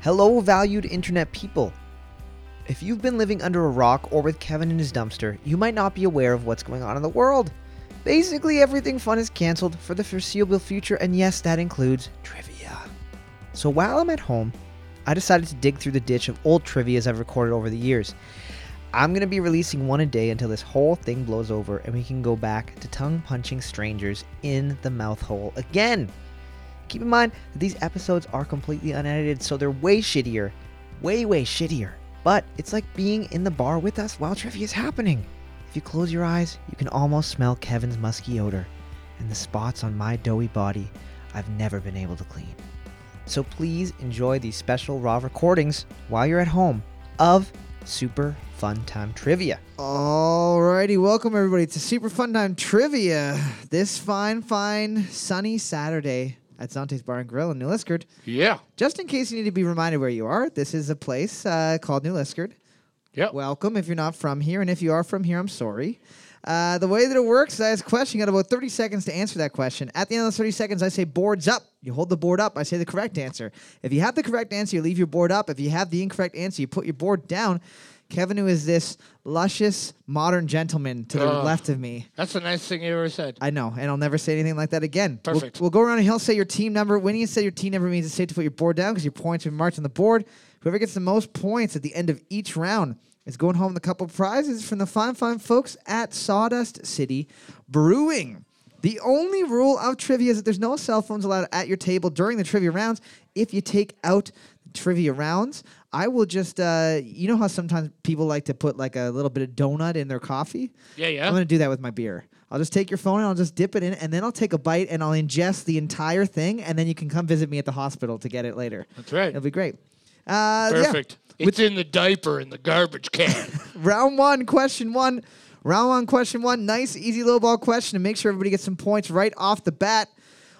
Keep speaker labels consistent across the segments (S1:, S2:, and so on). S1: Hello, valued internet people. If you've been living under a rock or with Kevin in his dumpster, you might not be aware of what's going on in the world. Basically, everything fun is canceled for the foreseeable future, and yes, that includes trivia. So while I'm at home, I decided to dig through the ditch of old trivias I've recorded over the years. I'm going to be releasing one a day until this whole thing blows over and we can go back to tongue punching strangers in the mouth hole again. Keep in mind that these episodes are completely unedited, so they're way shittier. Way, way shittier. But it's like being in the bar with us while trivia is happening. If you close your eyes, you can almost smell Kevin's musky odor and the spots on my doughy body I've never been able to clean. So please enjoy these special raw recordings while you're at home of Super Fun Time Trivia. Alrighty, welcome everybody to Super Fun Time Trivia this fine, fine, sunny Saturday at Zante's Bar and Grill in New Liskard.
S2: Yeah.
S1: Just in case you need to be reminded where you are, this is a place uh, called New Liskard.
S2: Yep.
S1: Welcome if you're not from here, and if you are from here, I'm sorry. Uh, the way that it works is I ask a question, you got about 30 seconds to answer that question. At the end of those 30 seconds, I say boards up. You hold the board up, I say the correct answer. If you have the correct answer, you leave your board up. If you have the incorrect answer, you put your board down. Kevin, who is this luscious modern gentleman to the
S2: Ugh.
S1: left of me,
S2: That's the nicest thing you ever said.
S1: I know, and I'll never say anything like that again. We'll-
S2: Perfect.
S1: We'll, go around and he'll say your team number. When you say your team number, it means it's safe to put your board down because your points have been marked on the board. Whoever gets the most points at the end of each round is going home with a couple prizes from the fine, fine folks at Sawdust City Brewing. The only rule of trivia is that there's no cell phones allowed at your table during the trivia rounds. If you take out trivia rounds, I will just, uh, you know how sometimes people like to put like a little bit of donut in their coffee?
S2: Yeah,
S1: I'm
S2: yeah.
S1: gonna do that with my beer. I'll just take your phone and I'll just dip it in, and then I'll take a bite and I'll ingest the entire thing, and then you can come visit me at the hospital to get it later.
S2: That's right.
S1: It'll be great. Uh, yeah.
S2: Perfect. It's in the diaper in the garbage can.
S1: Round one, question one. Round one, question one. Nice, easy low ball question to make sure everybody gets some points right off the bat.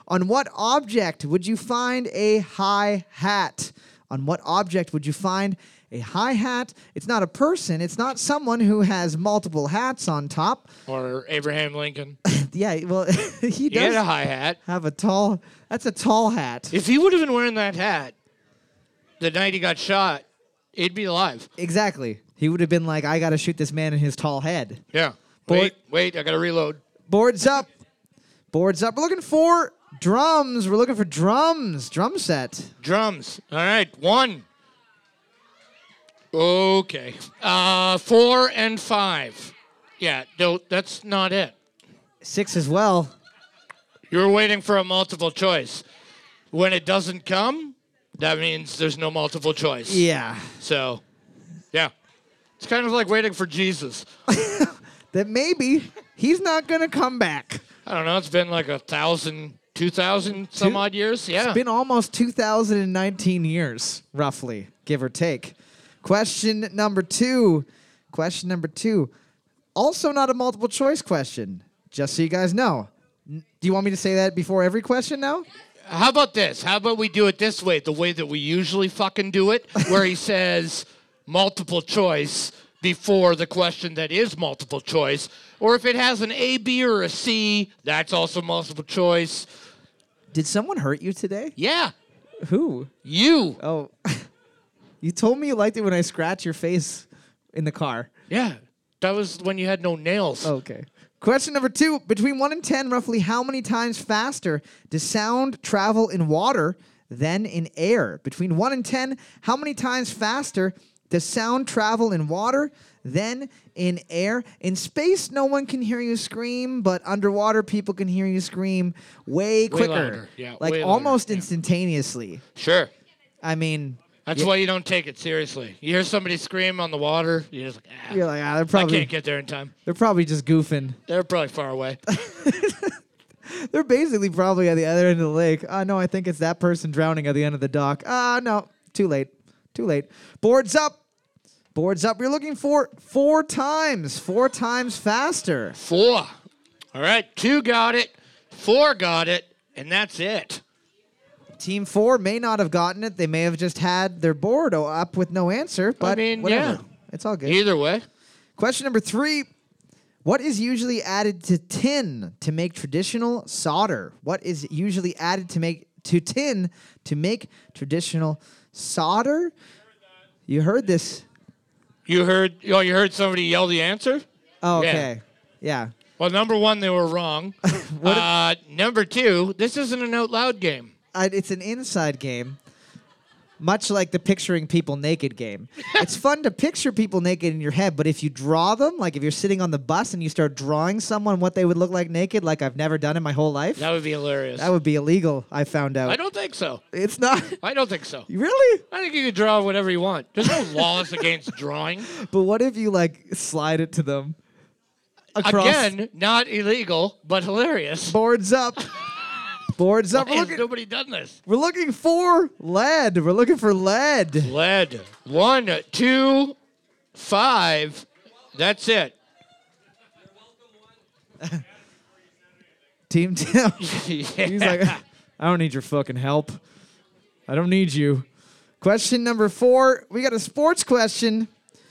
S1: On what object would you find a high hat? On what object would you find a high hat? It's not a person. It's not someone who has multiple hats on top.
S2: or Abraham Lincoln.
S1: Yeah, well, he
S2: He
S1: does.
S2: had a hi hat.
S1: Have a tall. That's a tall hat.
S2: If he would have been wearing that hat the night he got shot, he'd be alive.
S1: Exactly. He would have been like, "I got to shoot this man in his tall head."
S2: Yeah.
S1: Boy-
S2: Wait, wait, I gotta reload.
S1: Boards up. Boards up. We're looking for drums. We're looking for drums. Drum set.
S2: Drums. All right, one. Okay. Uh, four and five. Yeah, no, that's not it.
S1: Six as well.
S2: You're waiting for a multiple choice. When it doesn't come, that means there's no multiple choice.
S1: Yeah.
S2: So, yeah. It's kind of like waiting for Jesus.
S1: That maybe he's not gonna come back.
S2: I don't know. It's been like a thousand, two thousand some
S1: Two-
S2: odd years. Yeah.
S1: It's been almost 2019 years, roughly, give or take. Question number two. Question number two. Also, not a multiple choice question, just so you guys know. N- Do you want me to say that before every question now?
S2: How about this? How about we do it this way, the way that we usually fucking do it, where he says multiple choice before the question that is multiple choice. Or if it has an A, B, or a C, that's also multiple choice.
S1: Did someone hurt you today?
S2: Yeah.
S1: Who?
S2: You.
S1: Oh, you told me you liked it when I scratched your face in the car.
S2: Yeah. That was when you had no nails.
S1: Okay. Question number two Between one and 10, roughly how many times faster does sound travel in water than in air? Between one and 10, how many times faster does sound travel in water than in air? In space, no one can hear you scream, but underwater, people can hear you scream way quicker.
S2: louder, yeah,
S1: like
S2: way louder,
S1: almost
S2: yeah.
S1: instantaneously.
S2: Sure.
S1: I mean,
S2: That's why you don't take it seriously. You hear somebody scream on the water, you're just like, ah,
S1: you're like, ah, they're
S2: I
S1: probably,
S2: can't get there in time.
S1: they're probably just goofing.
S2: They're probably far away.
S1: They're basically probably at the other end of the lake. Uh, no, I think it's that person drowning at the end of the dock. Ah, no, too late. Too late. Boards up. Boards up. You're looking for four times, four times faster.
S2: Four. All right, two got it, four got it, and that's it.
S1: Team four may not have gotten it. They may have just had their board o- up with no answer, but
S2: mean,
S1: whatever.
S2: yeah.
S1: It's all good.
S2: Either way,
S1: Question number three. What is usually added to tin to make traditional solder? What is usually added to make to tin to make traditional solder. You heard this.
S2: You heard? Oh, you heard somebody yell the answer?
S1: Oh,
S2: Yeah.
S1: okay. Yeah.
S2: Well, number one, they were wrong. uh, number two, this isn't an out loud game.
S1: I, Uh, it's an inside game, much like the picturing people naked game. it's fun to picture people naked in your head, but if you draw them, like if you're sitting on the bus and you start drawing someone what they would look like naked, like I've never done in my whole life,
S2: That would be hilarious.
S1: that would be illegal. I found out.
S2: I don't think so.
S1: it's not
S2: I don't think so.
S1: really.
S2: I think you can draw whatever you want. There's no laws against drawing.
S1: But what if you like slide it to them across
S2: Again, not illegal, but hilarious.
S1: boards up, boards up?
S2: Why
S1: We're
S2: has
S1: looking,
S2: nobody done this?
S1: we're looking for lead. We're looking for lead.
S2: Lead. One, two, five. That's it.
S1: Team Tim. He's like,
S2: Yeah.
S1: I don't need your fucking help. I don't need you. Question number four. We got a sports question.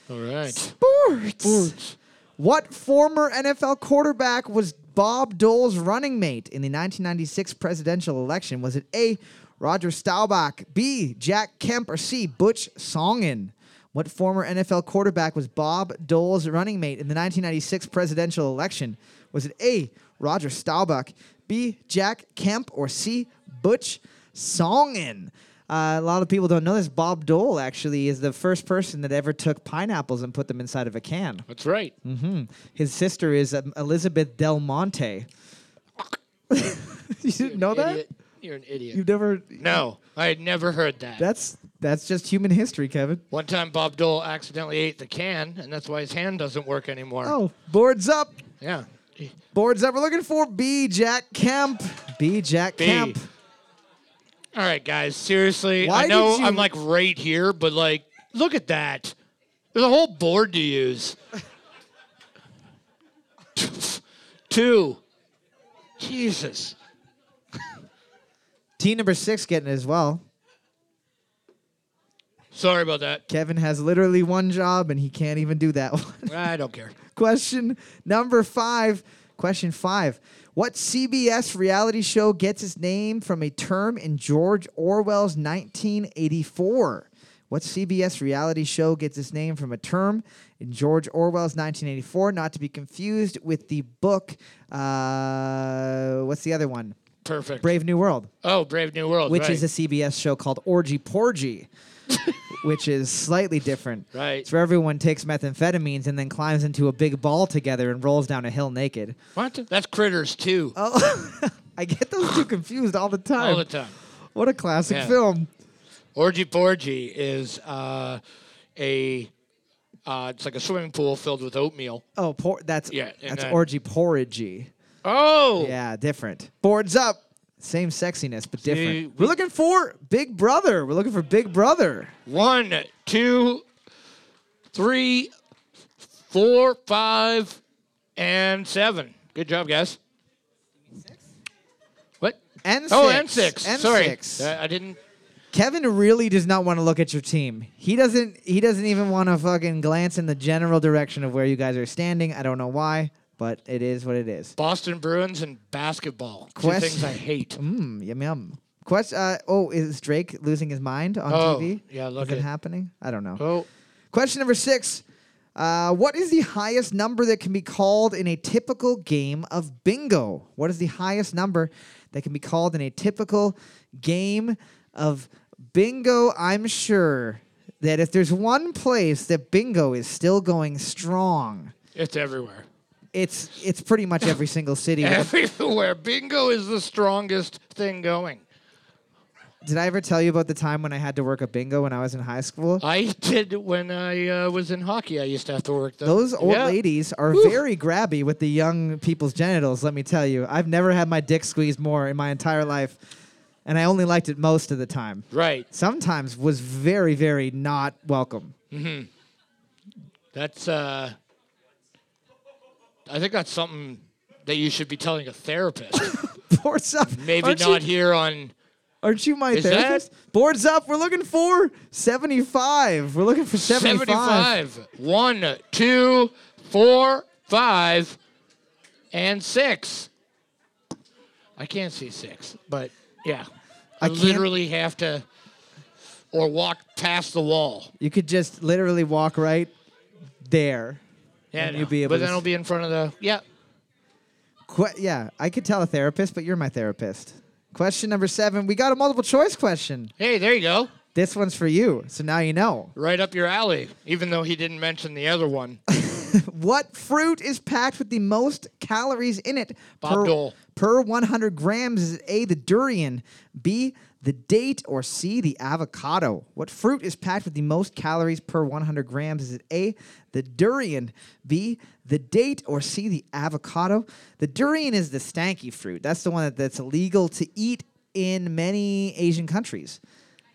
S2: all right.
S1: Sports. What former NFL quarterback was Bob Dole's running mate in the 1996 presidential election? Was it A. Roger Staubach, B. Jack Kemp, or C. Butch Songen? What former NFL quarterback was Bob Dole's running mate in the 1996 presidential election? Was it A. Roger Staubach, B. Jack Kemp, or C. Butch Songen? Uh, a lot of people don't know this. Bob Dole actually is the first person that ever took pineapples and put them inside of a can.
S2: That's right.
S1: Hmm. His sister is um, Elizabeth Del Monte. you didn't know that?
S2: Idiot. You're an idiot.
S1: You've never.
S2: no, I had never heard that.
S1: That's that's just human history, Kevin.
S2: One time Bob Dole accidentally ate the can, and that's why his hand doesn't work anymore.
S1: Oh, boards up,
S2: Yeah.
S1: boards up. We're looking for B. Jack Kemp. B. Jack
S2: B.
S1: Kemp.
S2: All right, guys. Seriously,
S1: Why
S2: I know
S1: did you-
S2: I'm like right here, but like, look at that. There's a whole board to use. Two. Jesus.
S1: Team number six getting it as well.
S2: Sorry about that.
S1: Kevin has literally one job and he can't even do that one.
S2: I don't care.
S1: Question number five. Question five. What CBS reality show gets its name from a term in George Orwell's 1984? What CBS reality show gets its name from a term in George Orwell's 1984? Not to be confused with the book. Uh, what's the other one?
S2: Perfect.
S1: Brave New World,
S2: oh, Brave New World.
S1: which
S2: right.
S1: is a CBS show called Orgy Porgy, which is slightly different.
S2: right.
S1: It's where everyone takes methamphetamines and then climbs into a big ball together and rolls down a hill naked.
S2: What? That's Critters too.
S1: Oh, I get those two confused all the time.
S2: All the time.
S1: What a classic
S2: Oh, Yeah.
S1: film.
S2: Orgy Porgy is uh, a uh, it's like a swimming pool filled with oatmeal.
S1: Oh, por- that's
S2: Yeah, and
S1: that's
S2: then-
S1: orgy porridgey.
S2: Oh,
S1: Yeah, different. Boards up. Same sexiness, but different.
S2: See,
S1: We're looking for Big Brother. We're looking for Big Brother.
S2: one, two, three, four, five, and seven. Good job, guys. What?
S1: N6.
S2: Oh, and 6
S1: N6.
S2: Sorry, Uh, I didn't.
S1: Kevin really does not want to look at your team. He doesn't. He doesn't even want to fucking glance in the general direction of where you guys are standing. I don't know why, but it is what it is.
S2: Boston Bruins and basketball. Two things I
S1: Question-
S2: hate.
S1: Mmm, yum yum. Question. Uh, oh, is Drake losing his mind on
S2: Oh,
S1: TV?
S2: yeah, look
S1: is it
S2: at-
S1: happening? I don't know.
S2: Oh,
S1: Question number six. Uh, what is the highest number that can be called in a typical game of bingo? What is the highest number that can be called in a typical game of bingo? I'm sure that if there's one place that bingo is still going strong,
S2: it's everywhere.
S1: it's it's pretty much every single city.
S2: Everywhere. Bingo is the strongest thing going.
S1: Did I ever tell you about the time when I had to work a bingo when I was in high school?
S2: I did when I uh, was in hockey. I used to have to work the,
S1: Those old
S2: Yeah.
S1: ladies are very grabby with the young people's genitals, let me tell you. I've never had my dick squeezed more in my entire life, and I only liked it most of the time.
S2: Right.
S1: Sometimes was very, very not welcome.
S2: That's. Uh, I think that's something that you should be telling a therapist.
S1: Boards up.
S2: Maybe
S1: aren't
S2: not
S1: You,
S2: here on.
S1: aren't you my
S2: Is that-
S1: therapist? Boards up. We're looking for 75. We're looking for 75.
S2: 75. One, two, four, five, and six. I can't see six, but yeah. I
S3: can't-
S2: literally have to or walk past the wall.
S1: You could just literally walk right there.
S2: Yeah, I
S1: And you'll
S2: know.
S1: be able
S2: but
S1: to
S2: then
S1: s-
S2: I'll be in front of the yeah.
S1: Que- yeah, I could tell a therapist, but you're my therapist. Question number seven. We got a multiple choice question.
S2: Hey, there you go.
S1: This one's for you. So now you know.
S2: Right up your alley. Even though he didn't mention the other one.
S1: What fruit is packed with the most calories in it
S2: Bob
S1: per,
S2: Dole.
S1: per 100 grams? Is it A, the durian, B, the date, or C, the avocado? What fruit is packed with the most calories per 100 grams? Is it A, the durian, B, the date, or C, the avocado? The durian is the stanky fruit. That's the one that, that's illegal to eat in many Asian countries.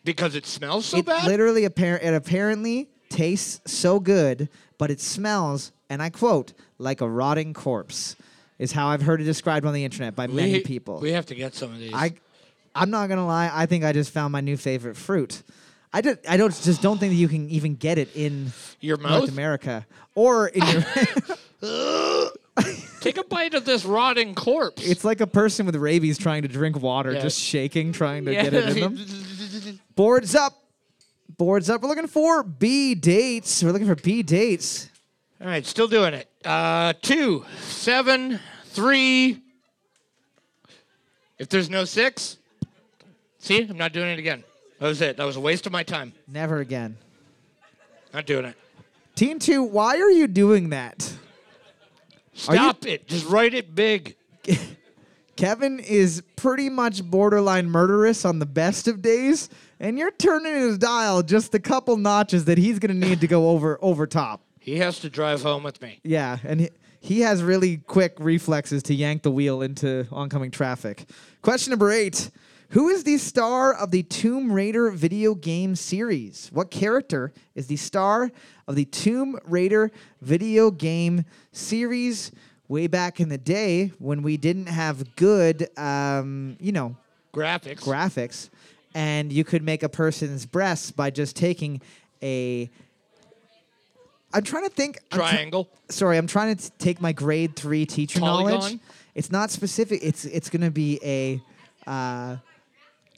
S2: Because it smells so
S1: it
S2: bad?
S1: literally appar- it apparently tastes so good, but it smells, and I quote, like a rotting corpse, is how I've heard it described on the internet by many people.
S2: We have to get some of these.
S1: I, I'm not gonna lie, I think I just found my new favorite fruit. I, did, I don't just don't think that you can even get it in
S2: Your
S1: North
S2: mouth?
S1: America or in your.
S2: Take a bite of this rotting corpse.
S1: it's like a person with rabies trying to drink water,
S2: Yeah.
S1: just shaking, trying to
S2: Yeah.
S1: get it in them. Boards up, boards up. We're looking for B dates. We're looking for B dates.
S2: All right, still doing it. Uh, two, seven, three. If there's no six, see, I'm not doing it again. That was it. That was a waste of my time.
S1: Never again.
S2: Not doing it.
S1: Teen 2, why are you doing that? you-
S2: Stop it. Just write it big.
S1: Kevin is pretty much borderline murderous on the best of days, and you're turning his dial just a couple notches that he's going to need to go over over top.
S2: He has to drive home with me.
S1: Yeah, and he, he has really quick reflexes to yank the wheel into oncoming traffic. Question number 8. Who is the star of the Tomb Raider video game series? What character is the star of the Tomb Raider video game series way back in the day when we didn't have good um, you know,
S2: Graphics.
S1: graphics and you could make a person's breasts by just taking a I'm trying to think I'm try-
S2: Triangle.
S1: sorry, I'm trying to t- take my grade three teacher knowledge.
S2: Polygon?
S1: It's not specific. It's it's gonna be a uh,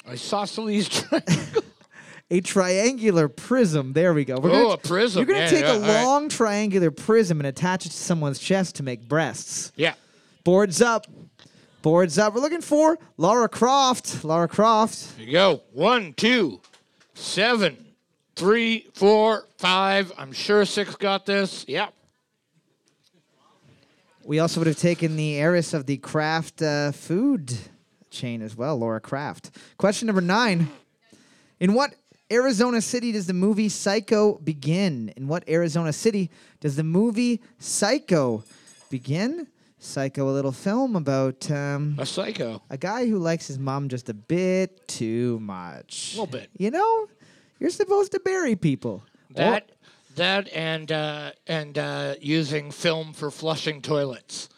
S2: Isosceles triangle.
S1: a triangular prism. There we go. We're
S2: Oh,
S1: gonna
S2: a prism.
S1: You're gonna
S2: Yeah,
S1: take
S2: yeah,
S1: a
S2: all right.
S1: long triangular prism and attach it to someone's chest to make breasts.
S2: yeah.
S1: Boards up, boards up. We're looking for Laura Croft. Laura Croft.
S2: There you go. One, two, seven, three, four, five. I'm sure six got this. Yeah.
S1: We also would have taken the heiress of the Kraft uh, food chain as well, Laura Kraft. Question number nine. In what Arizona city does the movie Psycho begin? In what Arizona city does the movie Psycho begin? Psycho, a little film about um,
S2: A psycho.
S1: a guy who likes his mom just a bit too much.
S2: Little bit.
S1: You know, you're supposed to bury people. Or-
S2: That that and uh, and uh, using film for flushing toilets.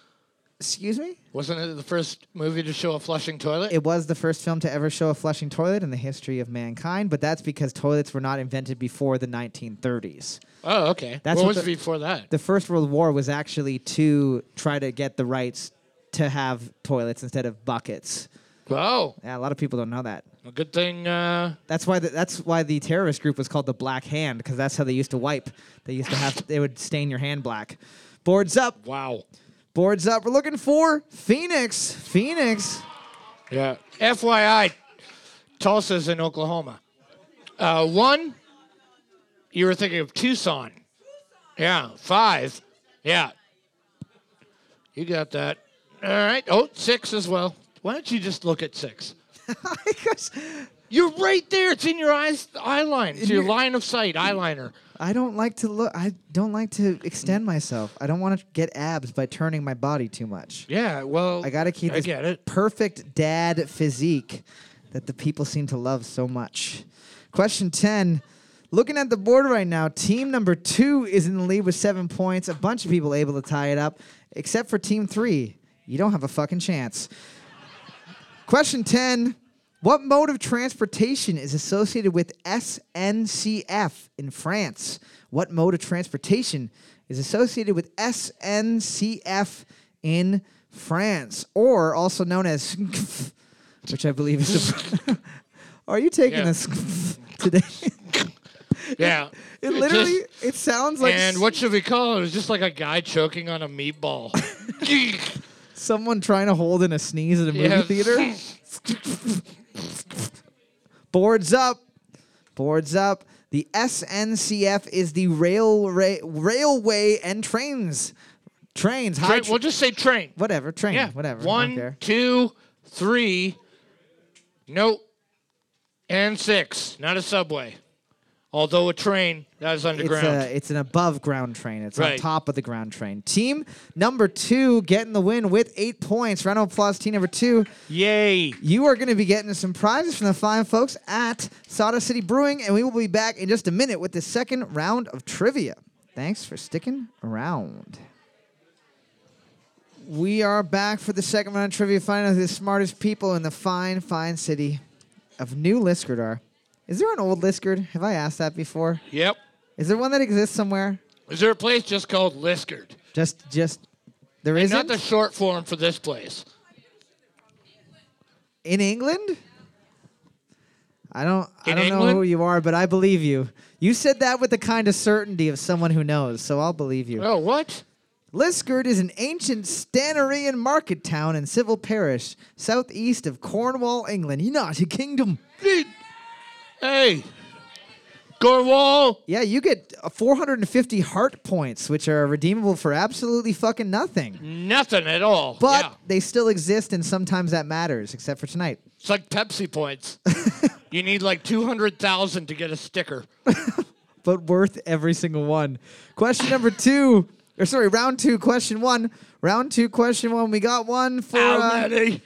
S1: excuse me?
S2: Wasn't it the first movie to show a flushing toilet?
S1: It was the first film to ever show a flushing toilet in the history of mankind, but that's because toilets were not invented before the 1930s.
S2: oh, okay.
S1: That's
S2: what
S1: what
S2: was
S1: the-
S2: before that?
S1: The First World War was actually to try to get the rights to have toilets instead of buckets.
S2: oh,
S1: Yeah, a lot of people don't know that.
S2: a good thing. Uh,
S1: That's why the, that's why the terrorist group was called the Black Hand because that's how they used to wipe. They used to have they would stain your hand black. Boards up,
S2: wow.
S1: boards up. We're looking for Phoenix. Phoenix.
S2: Yeah. FYI, Tulsa's in Oklahoma. Uh, one, you were thinking of Tucson. Yeah. Five. Yeah. You got that. All right. Oh, six as well. Why don't you just look at six?
S1: Because
S2: You're right there. It's in your eyes, eye line. It's your,
S1: your-
S2: line of sight, eyeliner.
S1: I don't like to look. I don't like to extend myself. I don't want to get abs by turning my body too much.
S2: Yeah. Well,
S1: I gotta keep
S2: I
S1: this
S2: get it.
S1: perfect dad physique that the people seem to love so much. Question ten. Looking at the board right now, team number two is in the lead with seven points. A bunch of people able to tie it up, except for team three. You don't have a fucking chance. Question 10. What mode of transportation is associated with SNCF in France? What mode of transportation is associated with SNCF in France, or also known as, which I believe is the, Are you taking
S2: Yeah.
S1: this today?
S2: Yeah.
S1: it
S2: just-
S1: literally it sounds like
S2: and
S1: s-
S2: what should we call it? It was just like a guy choking on a meatball.
S1: someone trying to hold in a sneeze at a movie
S2: Yeah.
S1: theater. Boards up. Boards up. The SNCF is the railway railway and trains. Trains, high
S2: Train-
S1: tra-
S2: we'll just say train.
S1: whatever, train,
S2: Yeah.
S1: whatever. I don't
S2: One,
S1: care.
S2: two, three. Nope. And six. Not a subway. Although a train that is
S1: It's uh,
S2: underground.
S1: a, it's an above ground train. It's on
S2: Right.
S1: top of the ground train. Team number two getting the win with eight points. Round of applause, team number two.
S2: Yay.
S1: You are going to be getting some prizes from the fine folks at Sada City Brewing, and we will be back in just a minute with the second round of trivia. Thanks for sticking around. We are back for the second round of trivia, finding out who the smartest people in the fine, fine city of New Liskard are. Is there an old Liskard? Have I asked that before?
S2: Yep.
S1: Is there one that exists somewhere?
S2: Is there a place just called Liskard?
S1: Just, just, there
S2: And
S1: isn't
S2: Not the short form for this place.
S1: in England. I don't, I
S2: In
S1: don't know
S2: England?
S1: who you are, but I believe you. You said that with the kind of certainty of someone who knows, so I'll believe you.
S2: Oh, what?
S1: Liskard is an ancient Stanerian market town in Civil Parish, southeast of Cornwall, England, United Kingdom.
S2: Hey. Gorwall.
S1: Yeah, you get uh, 450 heart points, which are redeemable for absolutely fucking nothing.
S2: Nothing at all.
S1: But
S2: Mm. yeah.
S1: they still exist, and sometimes that matters, except for tonight.
S2: It's like Pepsi points. you need like 200,000 to get a sticker.
S1: but worth every single one. Question number two, or sorry, round two, question one. Round two, question one. We got one for.
S2: How
S1: Uh,
S2: many?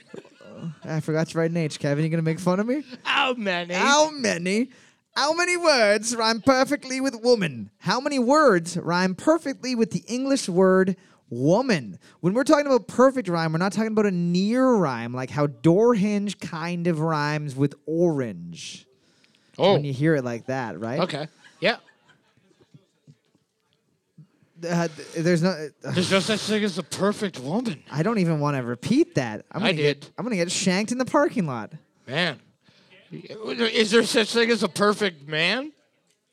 S1: I forgot to write an H, Kevin. You gonna make fun of me?
S2: How many?
S1: How many? How many words rhyme perfectly with woman? How many words rhyme perfectly with the English word woman? When we're talking about perfect rhyme, we're not talking about a near rhyme, like how door hinge kind of rhymes with orange.
S2: oh,
S1: When you hear it like that, right?
S2: okay. Yeah.
S1: Uh, th- there's no.
S2: There's no such thing as a perfect woman.
S1: I don't even want to repeat that. I'm
S2: I
S1: gonna get-
S2: did.
S1: I'm gonna get shanked in the parking lot.
S2: Man. Is there such thing as a perfect man?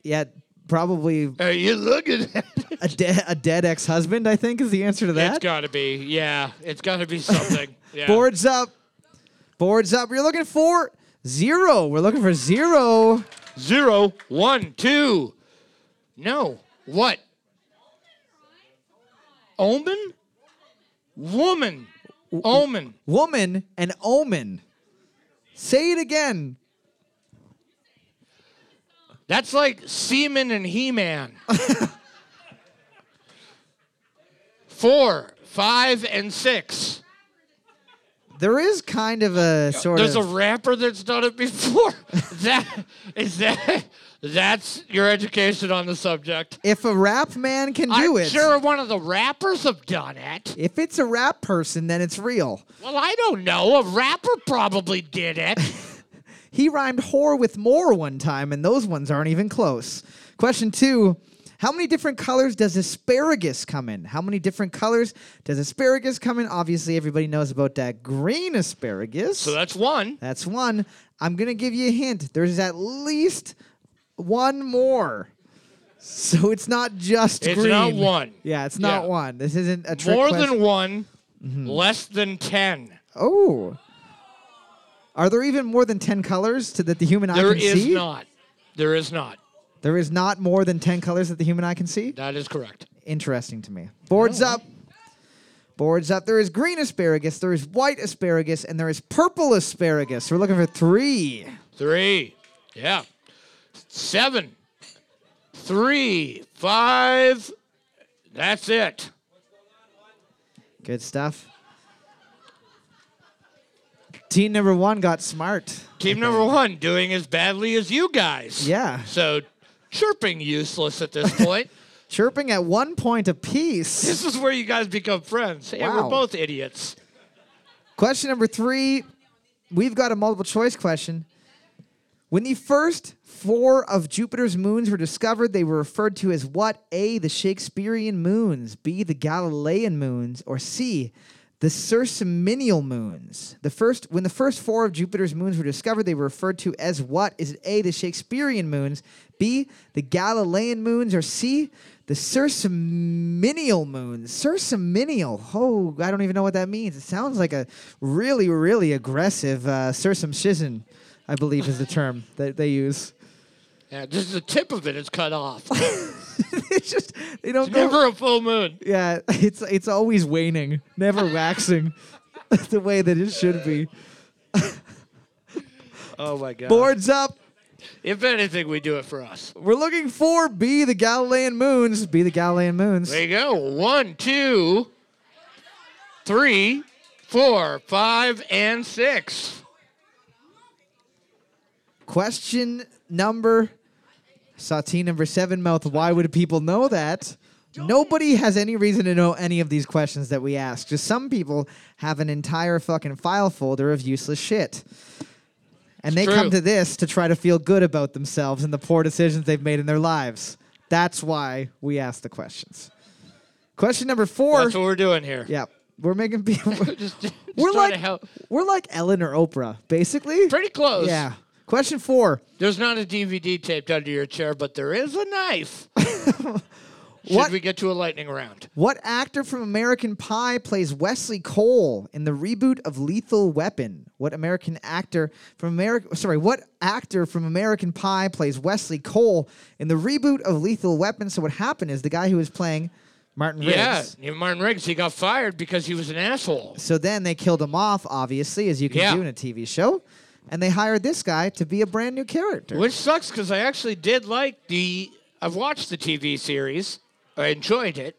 S1: Yeah, probably
S2: Are you looking at it?
S1: a dead a dead ex husband. I think is the answer to
S2: It's
S1: that.
S2: got to be. Yeah. It's got to be something. Yeah.
S1: Boards up, boards up. You're looking for zero. We're looking for zero.
S2: Zero, one, two. No. What? Omen? Woman. Omen.
S1: Woman and omen. Say it again.
S2: That's like Seaman and He Man. Four, five, and six.
S1: There is kind of a sort
S2: There's a
S1: of
S2: rapper that's done it before. that is that. That's your education on the subject.
S1: if a rap man can
S2: I'm
S1: do it.
S2: sure one of the rappers have done it.
S1: If it's a rap person, then it's real.
S2: Well, I don't know. A rapper probably did it.
S1: He rhymed whore with more one time, and those ones aren't even close. Question two How many different colors does asparagus come in? How many different colors does asparagus come in? Obviously, everybody knows about that green asparagus.
S2: So that's one.
S1: That's one. I'm going to give you a hint. There's at least one more. So it's not just
S2: It's
S1: green.
S2: not one.
S1: Yeah, it's not
S2: Yeah.
S1: one. This isn't a trick
S2: More
S1: question. Mm-hmm.
S2: than one, less than ten.
S1: Oh. Are there even more than 10 colors to, that the human eye
S2: There
S1: can
S2: is
S1: see?
S2: not. There is not.
S1: There is not more than 10 colors that the human eye can see?
S2: That is correct.
S1: Interesting to me. Boards up. Boards up. There is green asparagus, there is white asparagus, and there is purple asparagus. We're looking for three.
S2: Three. Yeah. Seven. Three. Five. That's it.
S1: Good stuff. Team number one got smart.
S2: Team number one doing as badly as you guys.
S1: Yeah.
S2: So chirping useless at this point.
S1: Chirping at one point apiece.
S2: this is where you guys become friends. Hey,
S1: Wow.
S2: we're both idiots.
S1: Question number three. We've got a multiple choice question. When the first four of Jupiter's moons were discovered, they were referred to as what? A, the Shakespearean moons, B, the Galilean moons, or C, the Circuminial moons. The first, when the first four of Jupiter's moons were discovered, they were referred to as what? Is it A, the Shakespearean moons, B, the Galilean moons, or C, the Circuminial moons? Circuminial. Oh, I don't even know what that means. It sounds like a really, really aggressive uh, circumcision, I believe is the term that they use.
S2: Yeah, just the tip of it is cut off.
S1: it's just they don't go-
S2: Never a full moon.
S1: Yeah, it's it's always waning, never waxing, the way that it should be.
S2: Oh my God.
S1: Boards up.
S2: If anything, we do it for us.
S1: We're looking for B the Galilean moons. B the Galilean moons.
S2: There you go. One, two, three, four, five, and six.
S1: Question number Sautee number seven mouth. Why would people know that? Nobody has any reason to know any of these questions that we ask. Just some people have an entire fucking file folder of useless shit. And they
S2: It's
S1: come
S2: true.
S1: to this to try to feel good about themselves and the poor decisions they've made in their lives. That's why we ask the questions. Question number four.
S2: That's what we're doing here.
S1: yeah, we're making people.
S2: Just, just
S1: we're
S2: trying to
S1: like
S2: help.
S1: we're like Ellen or Oprah, basically.
S2: Pretty close.
S1: Yeah. Question four.
S2: There's not a DVD taped under your chair, but there is a knife. Should
S1: What-
S2: we get to a lightning round?
S1: What actor from American Pie plays Wesley Cole in the reboot of Lethal Weapon? What American actor from America sorry, what actor from American Pie plays Wesley Cole in the reboot of Lethal Weapon? So what happened is the guy who was playing Martin Riggs.
S2: Yeah, you- Martin Riggs. He got fired because he was an asshole.
S1: So then they killed him off, obviously, as you can
S2: Yeah.
S1: do in a TV show. And they hired this guy to be a brand new character.
S2: Which sucks because I actually did like the. I've watched the TV series. I enjoyed it.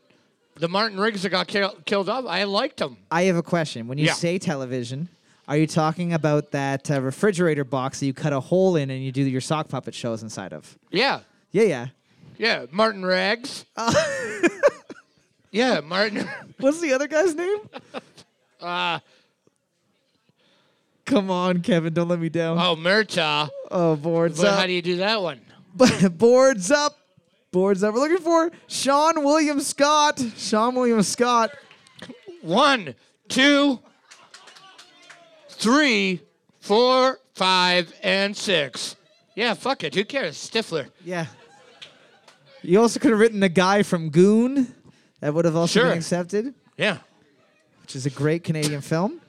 S2: The Martin Riggs that got kill, killed off, I liked him.
S1: I have a question. When you
S2: Yeah.
S1: say television, are you talking about that uh, refrigerator box that you cut a hole in and you do your sock puppet shows inside of?
S2: Yeah,
S1: Yeah, yeah.
S2: yeah. Martin Riggs. yeah, Martin.
S1: What's the other guy's name?
S2: Uh,
S1: Come on, Kevin, don't let me down.
S2: oh, Murtaugh.
S1: Oh, boards
S2: But
S1: up.
S2: how do you do that one?
S1: boards up. Boards up. We're looking for Sean William Scott. Sean William Scott.
S2: One, two, three, four, five, and six. Yeah, fuck it. Who cares? Stifler.
S1: Yeah. You also could have written the guy from Goon. That would have also
S2: Sure.
S1: been accepted,
S2: Yeah.
S1: which is a great Canadian film.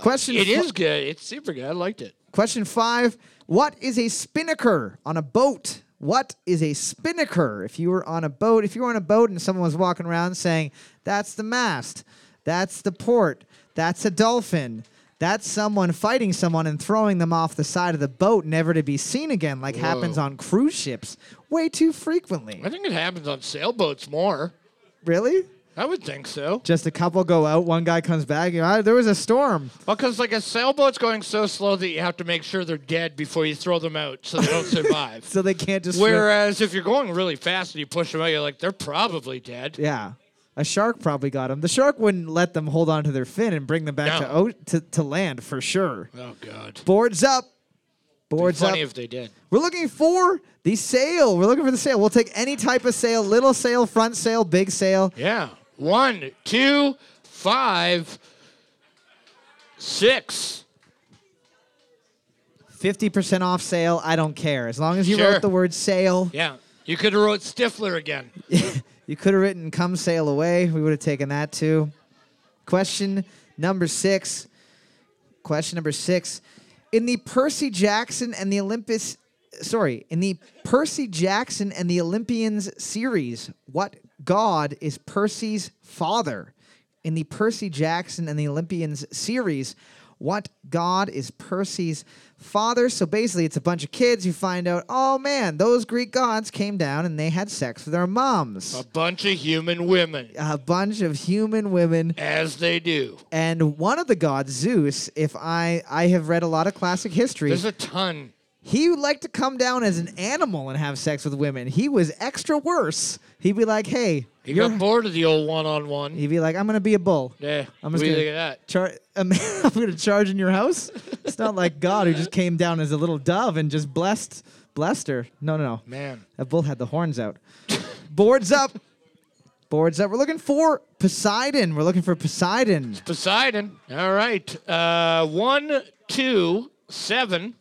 S1: Question
S2: It
S1: fi-
S2: is good. It's super good. I liked it.
S1: Question five What is a spinnaker on a boat? What is a spinnaker? If you were on a boat, if you were on a boat and someone was walking around saying, that's the mast, that's the port, that's a dolphin, that's someone fighting someone and throwing them off the side of the boat, never to be seen again, like happens
S2: Whoa.
S1: on cruise ships way too frequently.
S2: I think it happens on sailboats more.
S1: Really?
S2: I would think so.
S1: Just a couple go out, one guy comes back, you know, "Ah, there was a storm.
S2: Because, like, a sailboat's going so slow that you have to make sure they're dead before you throw them out so they don't survive.
S1: So they can't just. swim.
S2: Whereas if you're going really fast and you push them out, you're like, they're probably dead.
S1: Yeah. A shark probably got them. The shark wouldn't let them hold on to their fin and bring them back to,
S2: No.
S1: o- to to land for sure.
S2: Oh, God.
S1: Boards up. Boards up.
S2: Funny if they did.
S1: We're looking for the sail. We're looking for the sail. We'll take any type of sail, little sail, front sail, big sail.
S2: Yeah. One, two, five, six.
S1: 50% off sail, I don't care. As long as you
S2: Sure.
S1: wrote the word sail,
S2: Yeah. You could have wrote Stifler again.
S1: you could have written come sail away. We would have taken that too. Question number 6. Question number six. In the Percy Jackson and the Olympus, sorry, in the Percy Jackson and the Olympians series, what god is Percy's father? In the Percy Jackson and the Olympians series, what god is Percy's father? So basically, it's a bunch of kids who find out, oh man, those Greek gods came down and they had sex with our moms.
S2: A bunch of human women,
S1: A bunch of human women
S2: as they do.
S1: and one of the gods, Zeus, if I I have read a lot of classic history,
S2: There's a ton.
S1: he would like to come down as an animal and have sex with women. He was extra worse. He'd be like, "Hey,
S2: He
S1: you're-
S2: got bored of the old one on one.
S1: he'd be like, I'm gonna be a bull.
S2: Yeah.
S1: I'm
S2: What
S1: just
S2: do you
S1: gonna-
S2: think of that?
S1: Char- I'm I'm gonna charge in your house. It's not like God who just came down as a little dove and just blessed blessed her. No, no, no.
S2: Man.
S1: That bull had the horns out. Boards up. Boards up. We're looking for Poseidon. We're looking for Poseidon.
S2: Poseidon. All right. Uh, one, two, seven,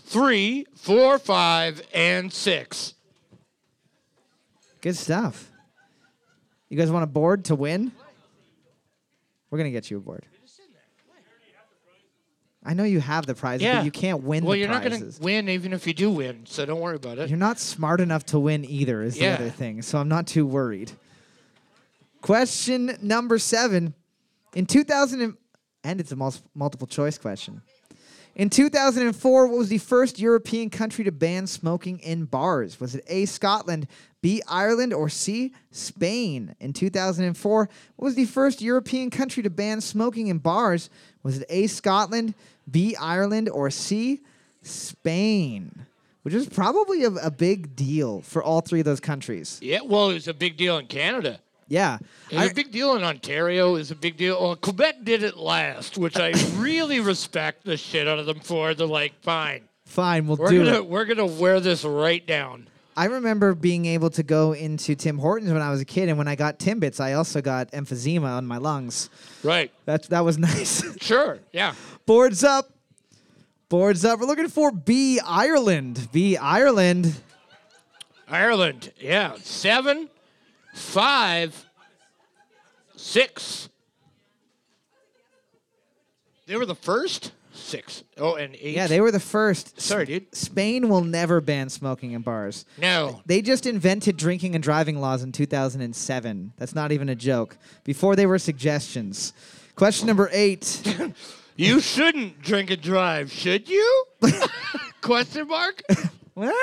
S2: three, four, five, and six.
S1: Good stuff. You guys want a board to win? We're gonna get you a board. I know you have the prizes,
S2: Yeah.
S1: but you can't win
S2: Well,
S1: the
S2: you're not going
S1: prizes.
S2: to win even if you do win, so don't worry about it.
S1: You're not smart enough to win either, is
S2: Yeah.
S1: the other thing. So I'm not too worried. Question number seven. In 2000, and, and it's a mul- multiple choice question. In 2004, what was the first European country to ban smoking in bars? Was it A, Scotland, B, Ireland, or C, Spain? In 2004, what was the first European country to ban smoking in bars? Was it A, Scotland, B, Ireland, or C, Spain? Which is probably a, a big deal for all three of those countries.
S2: yeah, well, it was a big deal in Canada.
S1: Yeah.
S2: It was a big deal in Ontario. It was a big deal. Well, Quebec did it last, which I really respect the shit out of them for. They're like, fine,
S1: Fine, we'll
S2: we're
S1: do
S2: gonna
S1: it.
S2: we're gonna wear this right down.
S1: I remember being able to go into Tim Hortons when I was a kid, and when I got Timbits, I also got emphysema on my lungs.
S2: Right.
S1: That that was nice.
S2: Sure. Yeah.
S1: Boards up. Boards up. We're looking for B Ireland. B Ireland.
S2: Ireland, yeah. Seven, five, six. They were the first? Six. Oh, and eight.
S1: Yeah, they were the first. S-
S2: Sorry, dude.
S1: Spain will never ban smoking in bars.
S2: No.
S1: They just invented drinking and driving laws in 2007. That's not even a joke. Before they were suggestions. Question number eight.
S2: You shouldn't drink and drive, should you? Question mark?
S1: What?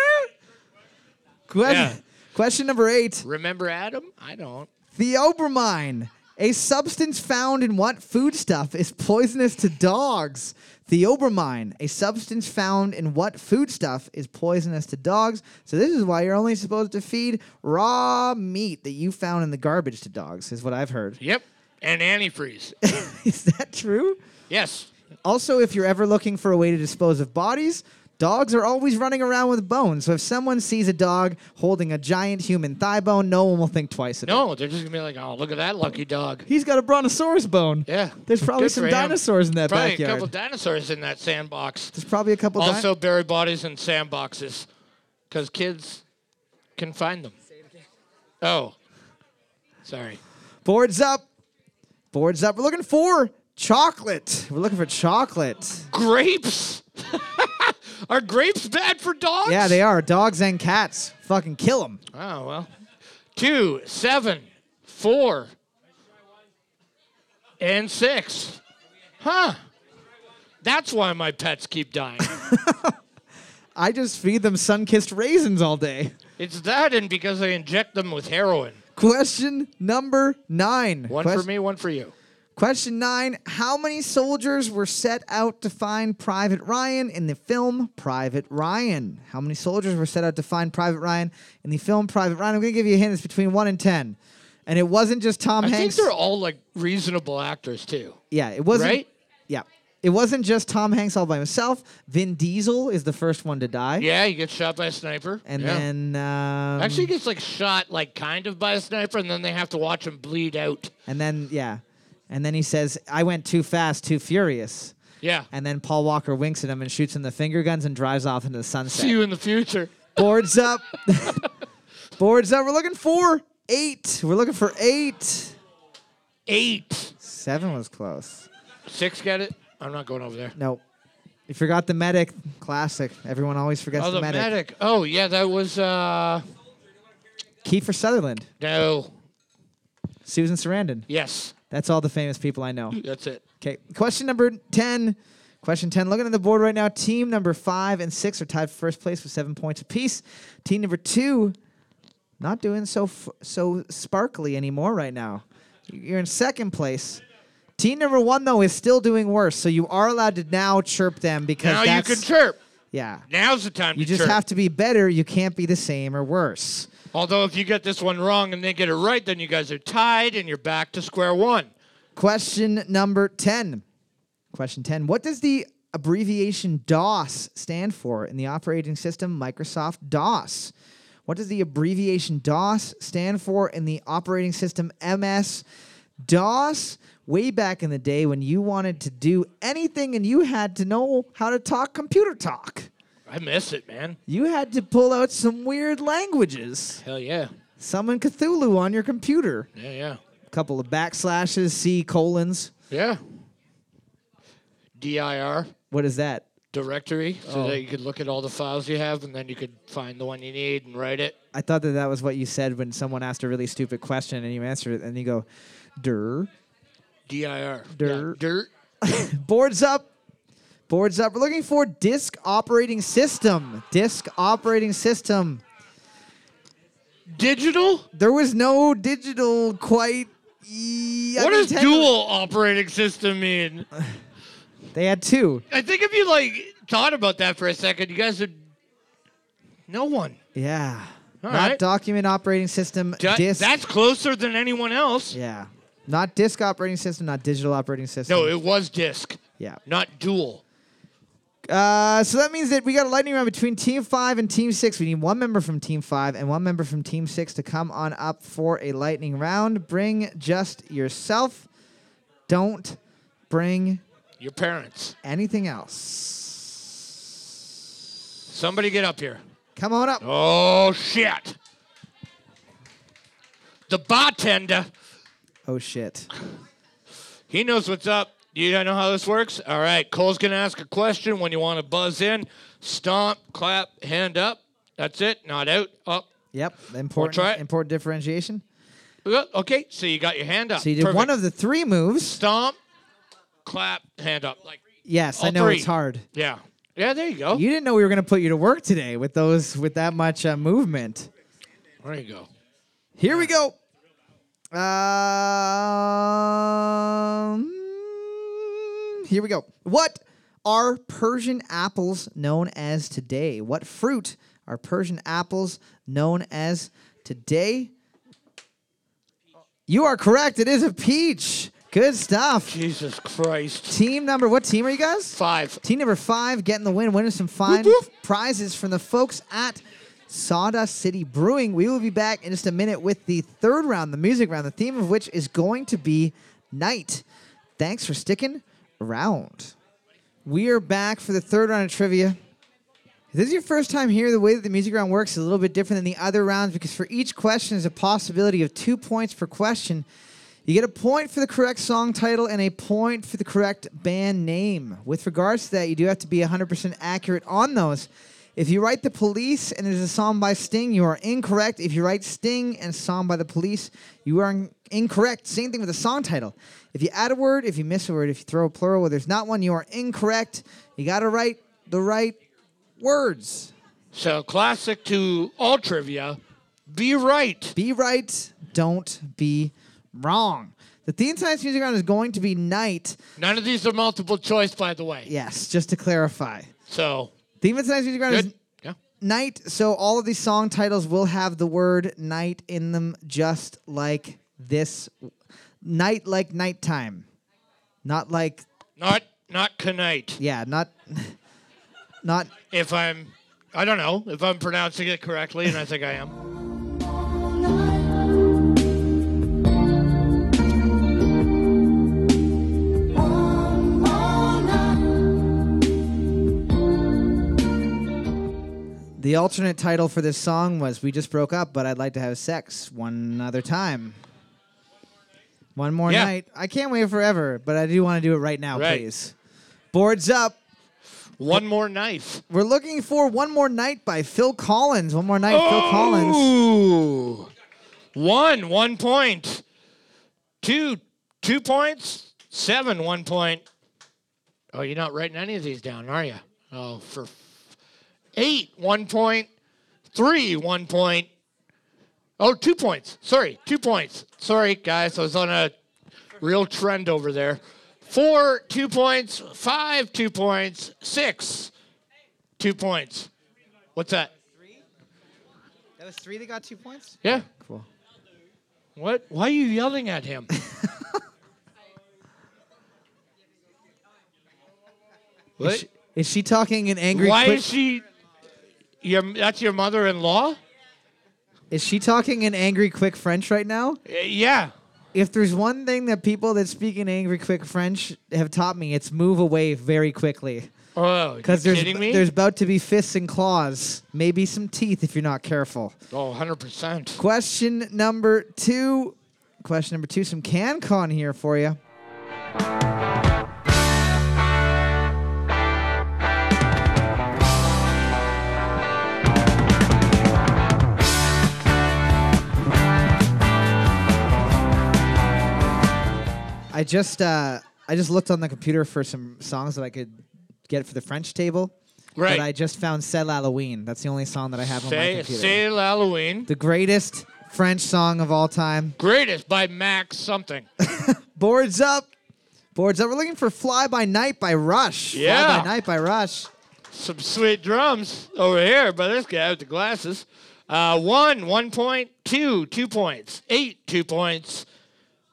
S1: Question,
S2: Yeah.
S1: question number eight.
S2: Remember Adam? I don't.
S1: Theobromine, a substance found in what foodstuff is poisonous to dogs? Theobromine, a substance found in what foodstuff is poisonous to dogs? So this is why you're only supposed to feed raw meat that you found in the garbage to dogs, is what I've heard.
S2: Yep. And antifreeze.
S1: is that true?
S2: yes.
S1: Also, if you're ever looking for a way to dispose of bodies, dogs are always running around with bones. So if someone sees a dog holding a giant human thigh bone, no one will think twice about it.
S2: No, they're just gonna be like, oh, look at that lucky dog.
S1: He's got a brontosaurus bone.
S2: Yeah.
S1: There's probably
S2: Good
S1: some
S2: for him.
S1: dinosaurs in that
S2: Probably
S1: backyard.
S2: a couple dinosaurs in that sandbox.
S1: There's probably a couple. di-
S2: also bury bodies in sandboxes because kids can find them. Oh, sorry.
S1: boards up, boards up. We're looking for chocolate. We're looking for chocolate.
S2: Grapes? Are grapes bad for dogs?
S1: Yeah, they are. Dogs and cats. Fucking kill them.
S2: Oh, well. Two, seven, four, and six. Huh. That's why my pets keep dying.
S1: I just feed them sun-kissed raisins all day.
S2: it's that and because I inject them with heroin.
S1: Question number nine.
S2: One
S1: Quest-
S2: for me, one for you.
S1: Question nine: How many soldiers were set out to find Private Ryan in the film Private Ryan? How many soldiers were set out to find Private Ryan in the film Private Ryan? I'm gonna give you a hint. It's between one and ten, and it wasn't just Tom
S2: I think
S1: Hanks.
S2: they're all like reasonable actors, too.
S1: yeah, it wasn't.
S2: Right?
S1: Yeah, it wasn't just Tom Hanks all by himself. Vin Diesel is the first one to die,
S2: Yeah, he gets shot by a sniper.
S1: and
S2: yeah.
S1: then um,
S2: actually he gets like shot like kind of by a sniper, and then they have to watch him bleed out.
S1: and then yeah, and then he says, "I went too fast, too furious."
S2: Yeah.
S1: And then Paul Walker winks at him and shoots him the finger guns and drives off into the sunset.
S2: See you in the future.
S1: Boards up. Boards up. We're looking for eight. We're looking for eight.
S2: Eight.
S1: Seven was close.
S2: Six got it. I'm not going over there.
S1: Nope. You forgot the medic. Classic. Everyone always forgets
S2: oh, the medic.
S1: medic.
S2: Oh, yeah, that was uh
S1: Kiefer Sutherland.
S2: no.
S1: Susan Sarandon.
S2: Yes,
S1: That's all the famous people I know.
S2: that's it.
S1: Okay. Question number 10. Question 10. Looking at the board right now, team number five and six are tied for first place with seven points apiece. Team number two, not doing so f- so sparkly anymore right now. You're in second place. Team number one, though, is still doing worse, so you are allowed to now chirp them because
S2: Now you
S1: that's.
S2: can chirp.
S1: yeah.
S2: Now's the time
S1: You
S2: to
S1: just
S2: chirp.
S1: have to be better. You can't be the same or worse.
S2: Although if you get this one wrong and they get it right, then you guys are tied and you're back to square one.
S1: Question number 10. Question 10. What does the abbreviation DOS stand for in the operating system Microsoft DOS? What does the abbreviation DOS stand for in the operating system MS? DOS, way back in the day when you wanted to do anything and you had to know how to talk computer talk.
S2: I miss it, man.
S1: You had to pull out some weird languages.
S2: Hell yeah.
S1: Summon Cthulhu on your computer.
S2: Yeah, yeah.
S1: A couple of backslashes, C colons.
S2: Yeah. DIR
S1: What is that?
S2: directory so
S1: Oh.
S2: that you could look at all the files you have and then you could find the one you need and write it.
S1: I thought that that was what you said when someone asked a really stupid question and you answered it and you go, "Der."
S2: DIR. Yeah,
S1: Dirt.
S2: dirt.
S1: Boards up. Boards up. We're looking for disk operating system. Disk operating system.
S2: Digital?
S1: There was no digital quite. e- I
S2: what
S1: mean,
S2: does
S1: techni-
S2: dual operating system mean?
S1: They had two.
S2: I think if you like thought about that for a second, you guys would. No one.
S1: Yeah.
S2: All
S1: Not
S2: right.
S1: document operating system.
S2: Di-
S1: disk.
S2: That's closer than anyone else.
S1: Yeah. Not disk operating system, not digital operating system.
S2: No, it was disk,
S1: yeah.
S2: not dual.
S1: Uh, so that means that we got a lightning round between Team Five and Team Six. We need one member from Team Five and one member from Team Six to come on up for a lightning round. Bring just yourself. Don't bring
S2: Your parents.
S1: anything else.
S2: Somebody get up here.
S1: Come on up.
S2: Oh, shit. The bartender,
S1: Oh shit.
S2: he knows what's up. You don't know how this works? All right, Cole's going to ask a question when you want to buzz in. Stomp, clap, hand up. That's it. Not out. Up.
S1: Yep. Important
S2: try it.
S1: important differentiation.
S2: Uh, Okay, so you got your hand up.
S1: So you did
S2: Perfect.
S1: one of the three moves.
S2: Stomp, clap, hand up. Like,
S1: Yes, I
S2: All
S1: know
S2: three.
S1: it's hard.
S2: yeah. Yeah, there you go.
S1: You didn't know we were gonna put you to work today with those with that much uh, movement.
S2: There you go.
S1: Here we go. Um, here we go. What are Persian apples known as today? What fruit are Persian apples known as today? You are correct. It is a peach. Good stuff.
S2: Jesus Christ.
S1: Team number, what team are you guys?
S2: Five.
S1: Team number five getting the win, winning some fine prizes from the folks at Sawdust City Brewing. We will be back in just a minute with the third round, the music round, the theme of which is going to be night. Thanks for sticking around. We are back for the third round of trivia. If this is your first time here, the way that the music round works is a little bit different than the other rounds because for each question there's a possibility of two points per question. You get a point for the correct song title and a point for the correct band name. With regards to that, you do have to be 100% accurate on those. If you write The Police and it is a song by Sting, you are incorrect. If you write Sting and Song by The Police, you are in- incorrect. Same thing with the song title. If you add a word, if you miss a word, if you throw a plural where there's not one, you are incorrect. You got to write the right words.
S2: So classic to all trivia. Be right.
S1: Be right, don't be wrong. The theme tonight's music round is going to be night.
S2: None of these are multiple choice, by the way.
S1: Yes, just to clarify.
S2: So
S1: Theme of tonight's music round
S2: good.
S1: is
S2: Yeah.
S1: night. So all of these song titles will have the word night in them, just like this. Night like nighttime, not like
S2: Not not tonight.
S1: yeah, not not
S2: If I'm, I don't know if I'm pronouncing it correctly, and I think I am.
S1: The alternate title for this song was We Just Broke Up, but I'd like to have sex one other time. One more
S2: Yeah.
S1: night. I can't wait forever, but I do want to do it right now,
S2: Right.
S1: please. Boards up.
S2: One more knife.
S1: We're looking for One More Night by Phil Collins. One More Night,
S2: Oh!
S1: Phil Collins.
S2: Ooh. One one point. Two two points. Seven one point. Oh, you're not writing any of these down, are you? Oh, for f- eight one point. Three one point. Oh, two points. Sorry, two points. Sorry, guys. I was on a real trend over there. Four, two points. Five, two points. Six, two points. What's that?
S1: That was three that got two points?
S2: Yeah.
S1: Cool.
S2: What? Why are you yelling at him?
S1: Is
S2: what?
S1: she, is she talking an angry
S2: Why
S1: quick- Uh,
S2: is she? Your that's your mother-in-law.
S1: Is she talking in angry quick French right now?
S2: Uh, yeah.
S1: If there's one thing that people that speak in angry quick French have taught me, it's move away very quickly.
S2: Oh,
S1: Because
S2: you
S1: there's
S2: kidding me?
S1: there's about to be fists and claws, maybe some teeth if you're not careful.
S2: oh, 100%.
S1: Question number two. Question number two. Some CanCon here for you. I just uh, I just looked on the computer for some songs that I could get for the French table.
S2: Right.
S1: But I just found "C'est Halloween." That's the only song that I have on my
S2: Say,
S1: computer
S2: say Halloween.
S1: the greatest French song of all time.
S2: Greatest by Max something.
S1: Boards up. Boards up. We're looking for Fly by Night by Rush. Fly
S2: Yeah.
S1: by Night by Rush.
S2: Some sweet drums over here by this guy with the glasses. Uh, one, one point. Two, two points. Eight, two points.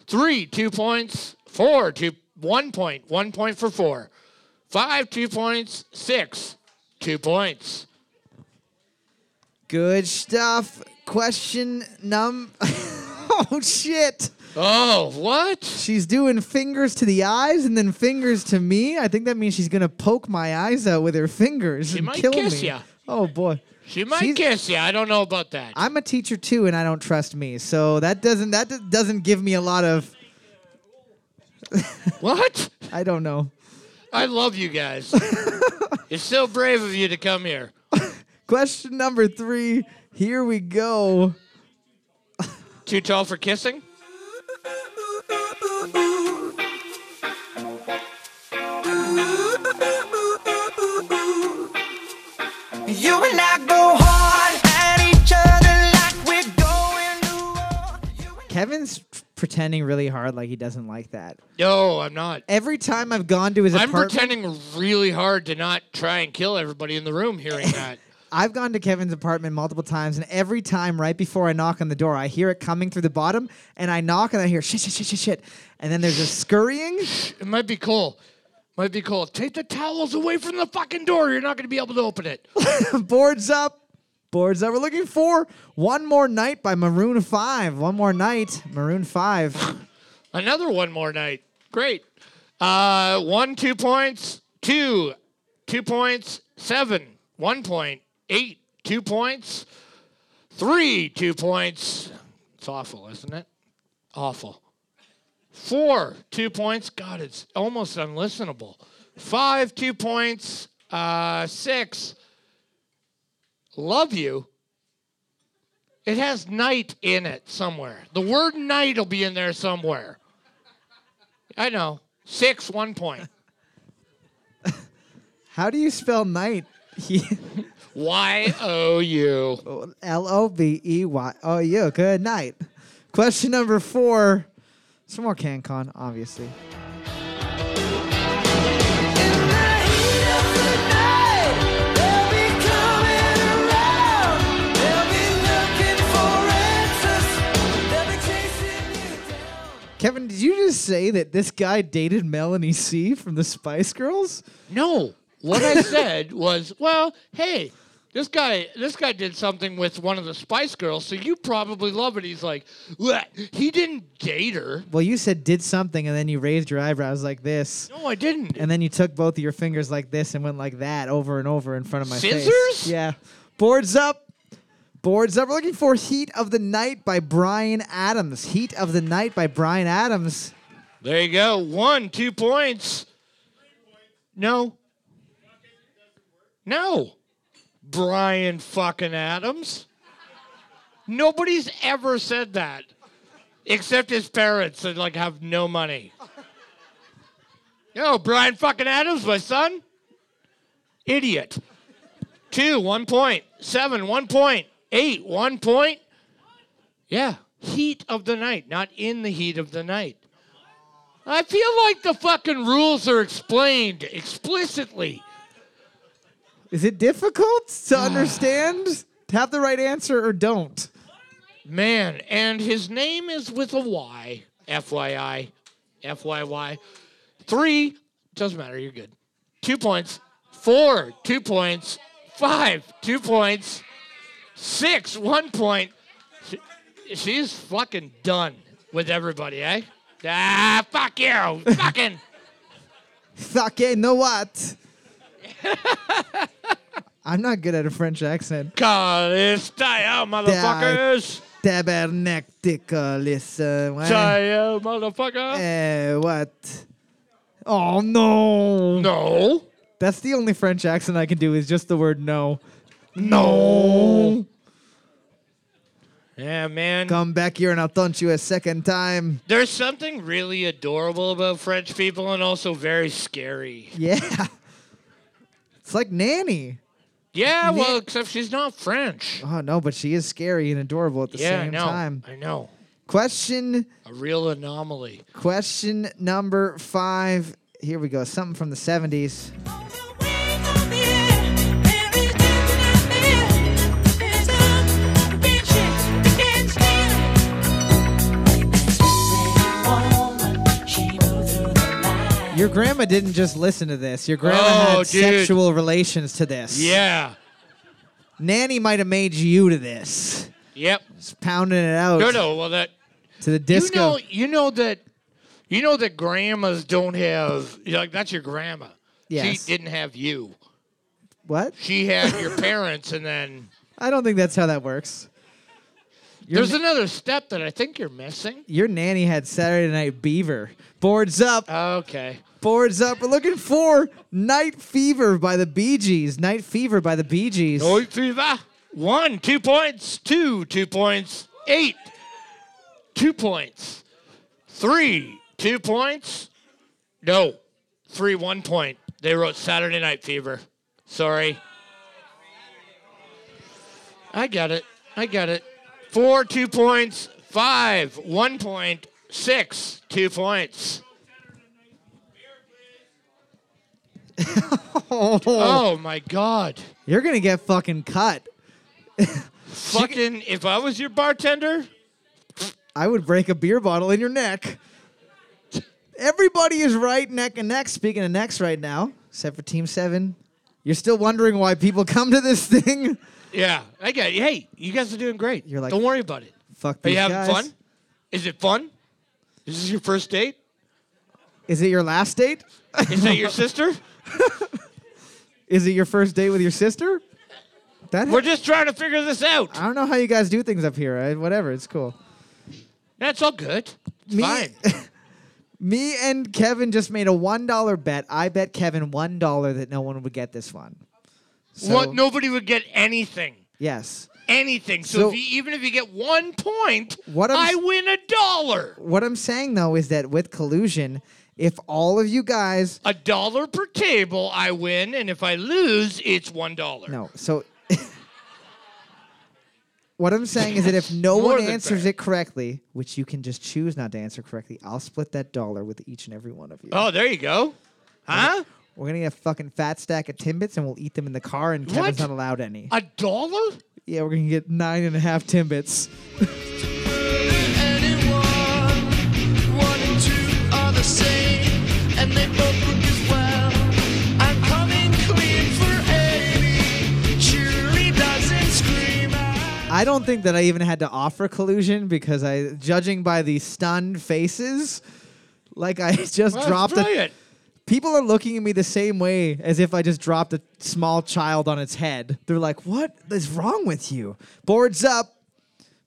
S2: Three, two points. Four, two, one point. One point for four. Five, two points. Six, two points.
S1: Good stuff. Question num. oh, shit.
S2: Oh, what?
S1: She's doing fingers to the eyes and then fingers to me. I think that means she's going to poke my eyes out with her fingers and
S2: might
S1: kill
S2: kiss
S1: me.
S2: ya.
S1: Oh, boy.
S2: She might
S1: She's-
S2: kiss you. I don't know about that.
S1: I'm a teacher too, and I don't trust me. So that doesn't that d- doesn't give me a lot of
S2: what?
S1: I don't know.
S2: I love you guys. it's so brave of you to come here.
S1: Question number three. Here we go.
S2: Too tall for kissing?
S4: You and I go hard at each other like we're going to war. You and
S1: Kevin's pretending really hard like he doesn't like that.
S2: No, I'm not.
S1: Every time I've gone to his
S2: I'm
S1: apartment,
S2: pretending really hard to not try and kill everybody in the room hearing that.
S1: I've gone to Kevin's apartment multiple times, and every time right before I knock on the door, I hear it coming through the bottom, and I knock and I hear shit, shit, shit, shit, shit. And then there's a scurrying.
S2: It might be cool. Might be cool. Take the towels away from the fucking door. You're not going to be able to open it.
S1: boards up. Boards up. We're looking for One More Night by Maroon 5. One More Night, Maroon 5.
S2: Another one more night. Great. Uh, one, two points. Two, two points. Seven, one point. Eight, two points. Three, two points. It's awful, isn't it? Awful. Four, two points. God, it's almost unlistenable. Five, two points. Uh, six, love you. It has night in it somewhere. The word night will be in there somewhere. I know. Six, one point.
S1: How do you spell night?
S2: Y O U.
S1: L O B E Y. Oh, you. Good night. Question number four. Some more CanCon, obviously. Kevin, did you just say that this guy dated Melanie C from the Spice Girls?
S2: No. What I said was, well, hey, this guy, this guy did something with one of the Spice Girls, so you probably love it. He's like, what? He didn't date her.
S1: Well, you said did something and then you raised your eyebrows like this.
S2: No, I didn't.
S1: And then you took both of your fingers like this and went like that over and over in front of my face.
S2: Scissors?
S1: Yeah. Boards up. Boards up. We're looking for Heat of the Night by Brian Adams. Heat of the Night by Brian Adams.
S2: There you go. One, two points. No. No. Brian fucking Adams. Nobody's ever said that. Except his parents that like have no money. Yo, Brian fucking Adams, my son. Idiot. Two, one point. Seven, one point. Eight, one point. Yeah. Heat of the night, not in the heat of the night. I feel like the fucking rules are explained explicitly.
S1: Is it difficult
S2: Ah.
S1: to understand? Have the right answer or don't.
S2: Man, and his name is with a Y. FYI. FYY. Three, doesn't matter, you're good. Two points. Four, two points. Five, two points. Six, one point. She's fucking done with everybody, eh? Ah, fuck you. Fucking.
S1: Fucking eh, know what? I'm not good at a French accent.
S2: Calistaya, oh, motherfuckers.
S1: Tabernaculous. Uh, why-
S2: Taya, oh, motherfucker.
S1: Eh, what? Oh no.
S2: No.
S1: That's the only French accent I can do is just the word no.
S2: No. Yeah, man.
S1: Come back here and I'll taunt you a second time.
S2: There's something really adorable about French people and also very scary.
S1: Yeah. It's like nanny.
S2: Yeah, well,
S1: Yeah.
S2: except she's not French.
S1: Oh no, but she is scary and adorable at the
S2: yeah, I
S1: same
S2: know.
S1: time.
S2: I know.
S1: Question
S2: A real anomaly.
S1: question number five. Here we go. Something from the 70s. Your grandma didn't just listen to this. Your grandma
S2: Oh,
S1: had
S2: dude.
S1: sexual relations to this.
S2: Yeah.
S1: Nanny might have made you to this.
S2: Yep.
S1: Just pounding it out
S2: No, no. Well, that
S1: to the disco.
S2: You know, you know that. You know that grandmas don't have you know, like that's your grandma.
S1: Yes.
S2: She didn't have you.
S1: what?
S2: She had your parents, and then
S1: I don't think that's how that works. Your,
S2: there's
S1: na-
S2: another step that I think you're missing.
S1: your nanny had Saturday Night Beaver. Boards up,
S2: Okay.
S1: boards up. We're looking for Night Fever by the Bee Gees. Night Fever by the Bee Gees.
S2: Night fever. One, two points. Two, two points. Eight, two points. Three, two points. No, three, one point. They wrote Saturday Night Fever. Sorry. I got it. I got it. Four, two points. Five, one point. Six, two points. Oh my God.
S1: You're gonna get fucking cut.
S2: Fucking, if I was your bartender,
S1: I would break a beer bottle in your neck. Everybody is right neck and neck. Speaking of necks right now, except for Team Seven, you're still wondering why people come to this thing.
S2: Yeah, I get. It. Hey, you guys are doing great.
S1: You're like-
S2: don't worry about it.
S1: Fuck
S2: Are
S1: these
S2: you having
S1: guys.
S2: fun? Is it fun? Is this your first date?
S1: Is it your last date?
S2: Is that your sister?
S1: Is it your first date with your sister? That
S2: We're just trying to figure this out.
S1: I don't know how you guys do things up here. I, whatever, it's cool.
S2: That's all good. It's
S1: Me-
S2: Fine.
S1: Me and Kevin just made a one dollar bet. I bet Kevin one dollar that no one would get this one. So,
S2: what? Nobody would get anything.
S1: Yes.
S2: Anything. So,
S1: So-
S2: if you, even if you get one point,
S1: What I'm
S2: I
S1: s-
S2: win a dollar.
S1: What I'm saying though is that with collusion, if all of you guys
S2: A dollar per table, I win, and if I lose, it's one dollar.
S1: no, so what I'm saying is that if no
S2: More
S1: one
S2: than
S1: answers
S2: fair.
S1: it correctly, which you can just choose not to answer correctly, I'll split that dollar with each and every one of you.
S2: Oh, there you go. Huh?
S1: We're gonna get a fucking fat stack of Timbits and we'll eat them in the car, and Kevin's
S2: What?
S1: not allowed any.
S2: A dollar?
S1: yeah, we're gonna get nine and a half Timbits. I don't think that I even had to offer collusion because I, judging by the stunned faces, like I just
S2: Well,
S1: dropped
S2: that's
S1: a.
S2: brilliant.
S1: People are looking at me the same way as if I just dropped a small child on its head. They're like, "What is wrong with you?" Boards up,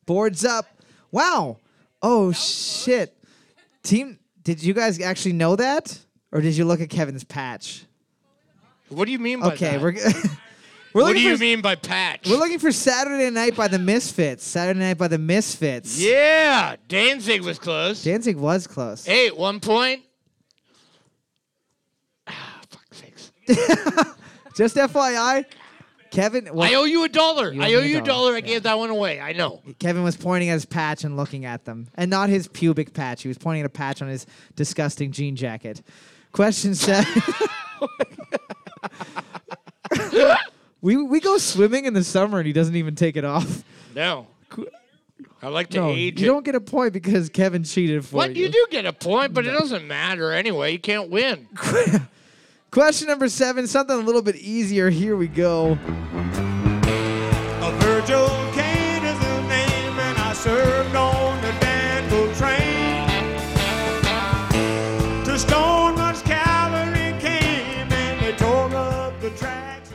S1: boards up. Wow. Oh shit. Team, did you guys actually know that, or did you look at Kevin's patch?
S2: What do you mean by
S1: Okay,
S2: that?
S1: we're g- we're
S2: what
S1: looking
S2: do you
S1: for
S2: mean by patch?
S1: we're looking for Saturday Night by the Misfits. Saturday Night by the Misfits.
S2: Yeah, Danzig was close.
S1: Danzig was close.
S2: Hey, at one point. Ah, fuck's sakes.
S1: Just FYI, Kevin.
S2: I
S1: Well,
S2: owe you a dollar.
S1: You owe
S2: I
S1: me
S2: owe
S1: a
S2: you a
S1: dollar,
S2: dollar. I gave that one away. I know.
S1: Kevin was pointing at his patch and looking at them, and not his pubic patch. He was pointing at a patch on his disgusting jean jacket. Question seven. we we go swimming in the summer, and he doesn't even take it off.
S2: No. I like to
S1: No, you
S2: age it.
S1: don't get a point because Kevin cheated for
S2: what?
S1: you.
S2: You do get a point, but it doesn't matter anyway. You can't win.
S1: Question number seven, something a little bit easier. Here we go.
S5: A Virgil Cain is the name, and I served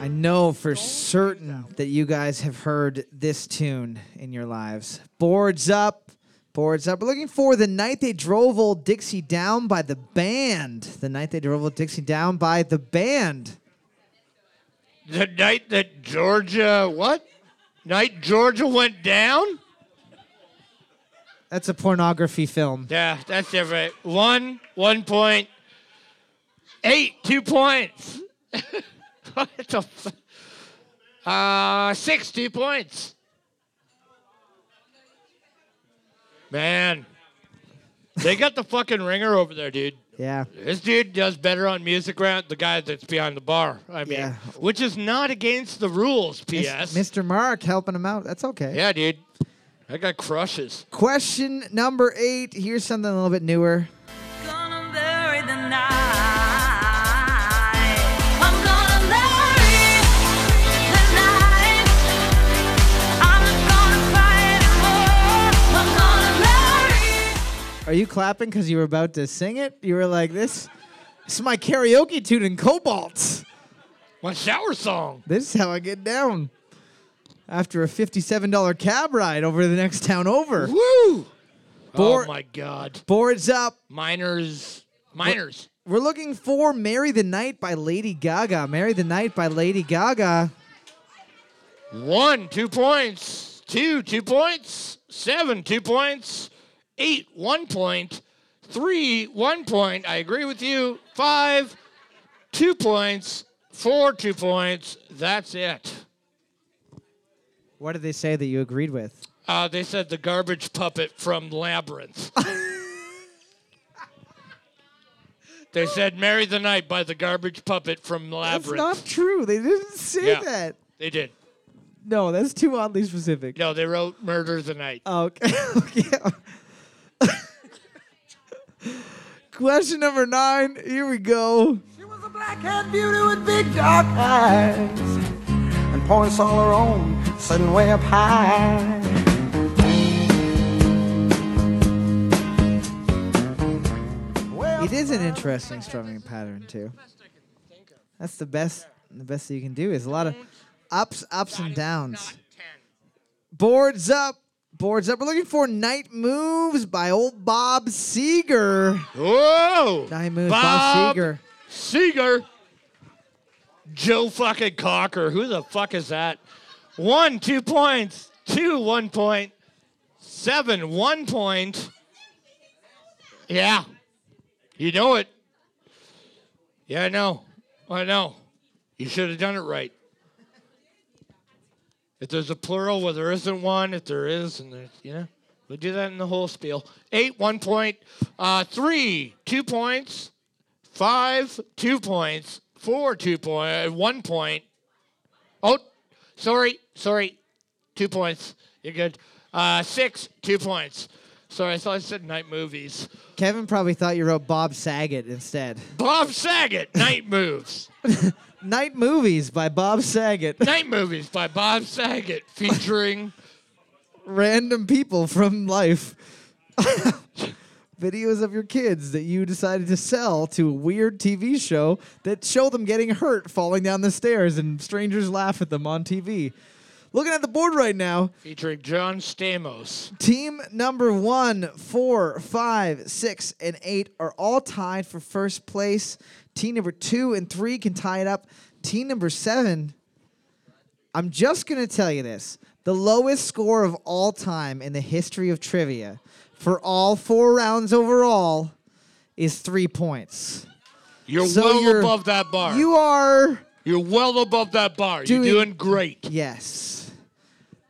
S1: know for certain that you guys have heard this tune in your lives. Boards up, boards up. We're looking for the night they drove old Dixie down by the band. The night they drove old Dixie down by the band.
S2: The night that Georgia what? Night Georgia went down?
S1: That's a pornography film.
S2: Yeah, that's different. One, one point. Eight, two points. what the f- uh, six, two points. Man, they got the fucking ringer over there, dude.
S1: Yeah.
S2: This dude does better on music round. The guy that's behind the bar. I mean,
S1: Yeah.
S2: which is not against the rules.
S1: Mis-
S2: P.S.
S1: Mr. Mark helping him out. That's okay.
S2: Yeah, dude. That guy crushes.
S1: Question number eight. Here's something a little bit newer.
S5: Gonna bury the night. I'm gonna bury the night. I'm not gonna fight anymore. I'm gonna bury.
S1: Are you clapping because you were about to sing it? You were like, this, this is my karaoke tune in Cobalt.
S2: My shower song.
S1: This is how I get down. After a $57 cab ride over the next town over.
S2: Woo!
S1: Bor-
S2: oh my god.
S1: Boards up.
S2: Miners. Miners.
S1: We're looking for Marry the Night by Lady Gaga. Marry the Night by Lady Gaga.
S2: One, two points. Two, two points. Seven, two points. Eight, one point. Three, one point. I agree with you. Five, two points. Four, two points. That's it.
S1: What did they say that you agreed with?
S2: Uh, they said the garbage puppet from Labyrinth. they said Marry the Night by the garbage puppet from
S1: That's
S2: Labyrinth.
S1: not true. They didn't say
S2: Yeah.
S1: that.
S2: they did.
S1: No, that's too oddly specific.
S2: No, they wrote Murder the Night.
S1: Oh, okay. okay. Question number nine. Here we go.
S4: She was a black-haired beauty with big dark eyes and points all her own, sitting way up high.
S1: It is an interesting strumming pattern too. That's the best. The best that you can do is a lot of ups, ups and downs. Boards up, boards up. We're looking for "Night Moves" by old Bob Seger.
S2: Whoa!
S1: Night moves, Bob, Seger.
S2: Seeger. Joe fucking Cocker. Who the fuck is that? One, two points. Two, one point. Seven, one point. Yeah. You know it. Yeah, I know. I know. You should have done it right. If there's a plural where there isn't one, if there is, and there's, you know, we do that in the whole spiel. Eight, one point. Uh, three, two points five two points, four two point, uh, one point. Oh, sorry, sorry, two points. You're good. Uh, six two points. Sorry, I thought I said night movies.
S1: Kevin probably thought you wrote Bob Saget instead.
S2: Bob Saget, night moves.
S1: "Night Movies" by Bob Saget.
S2: Night movies by Bob Saget featuring.
S1: Random people from life. Videos of your kids that you decided to sell to a weird TV show that show them getting hurt falling down the stairs and strangers laugh at them on TV. Looking at the board right now,
S2: Featuring John Stamos.
S1: team number one, four, five, six, and eight are all tied for first place. Team number two and three can tie it up. Team number seven, I'm just going to tell you this the lowest score of all time in the history of trivia for all four rounds overall is three points.
S2: You're
S1: So
S2: well
S1: you're-
S2: above that bar.
S1: You are.
S2: You, are well above that bar.
S1: Doing-
S2: you're doing great.
S1: Yes.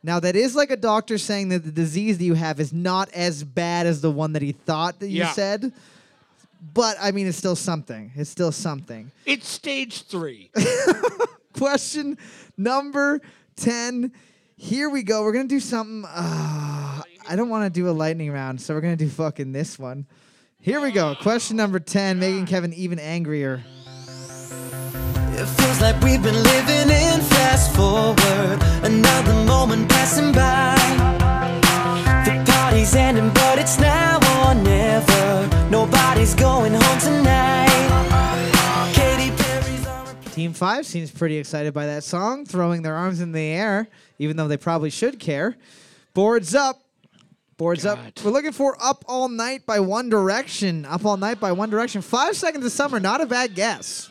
S1: Now that is like a doctor saying that the disease that you have is not as bad as the one that he thought that you
S2: Yeah.
S1: said. But I mean, it's still something. It's still something.
S2: It's stage three.
S1: Question number ten. Here we go. We're gonna do something. Uh, I don't want to do a lightning round, so we're gonna do fucking this one. Here we go. Question number ten, making Kevin even angrier.
S6: It feels like we've been living in fast forward. Another moment passing by. The party's ending, but it's now or never. Nobody's going home tonight. Katy Perry's on repeat.
S1: Team Five seems pretty excited by that song, throwing their arms in the air, even though they probably should care. Boards up. Boards
S2: God.
S1: up. We're looking for Up All Night by One Direction. Up All Night by One Direction. Five Seconds of Summer, not a bad guess.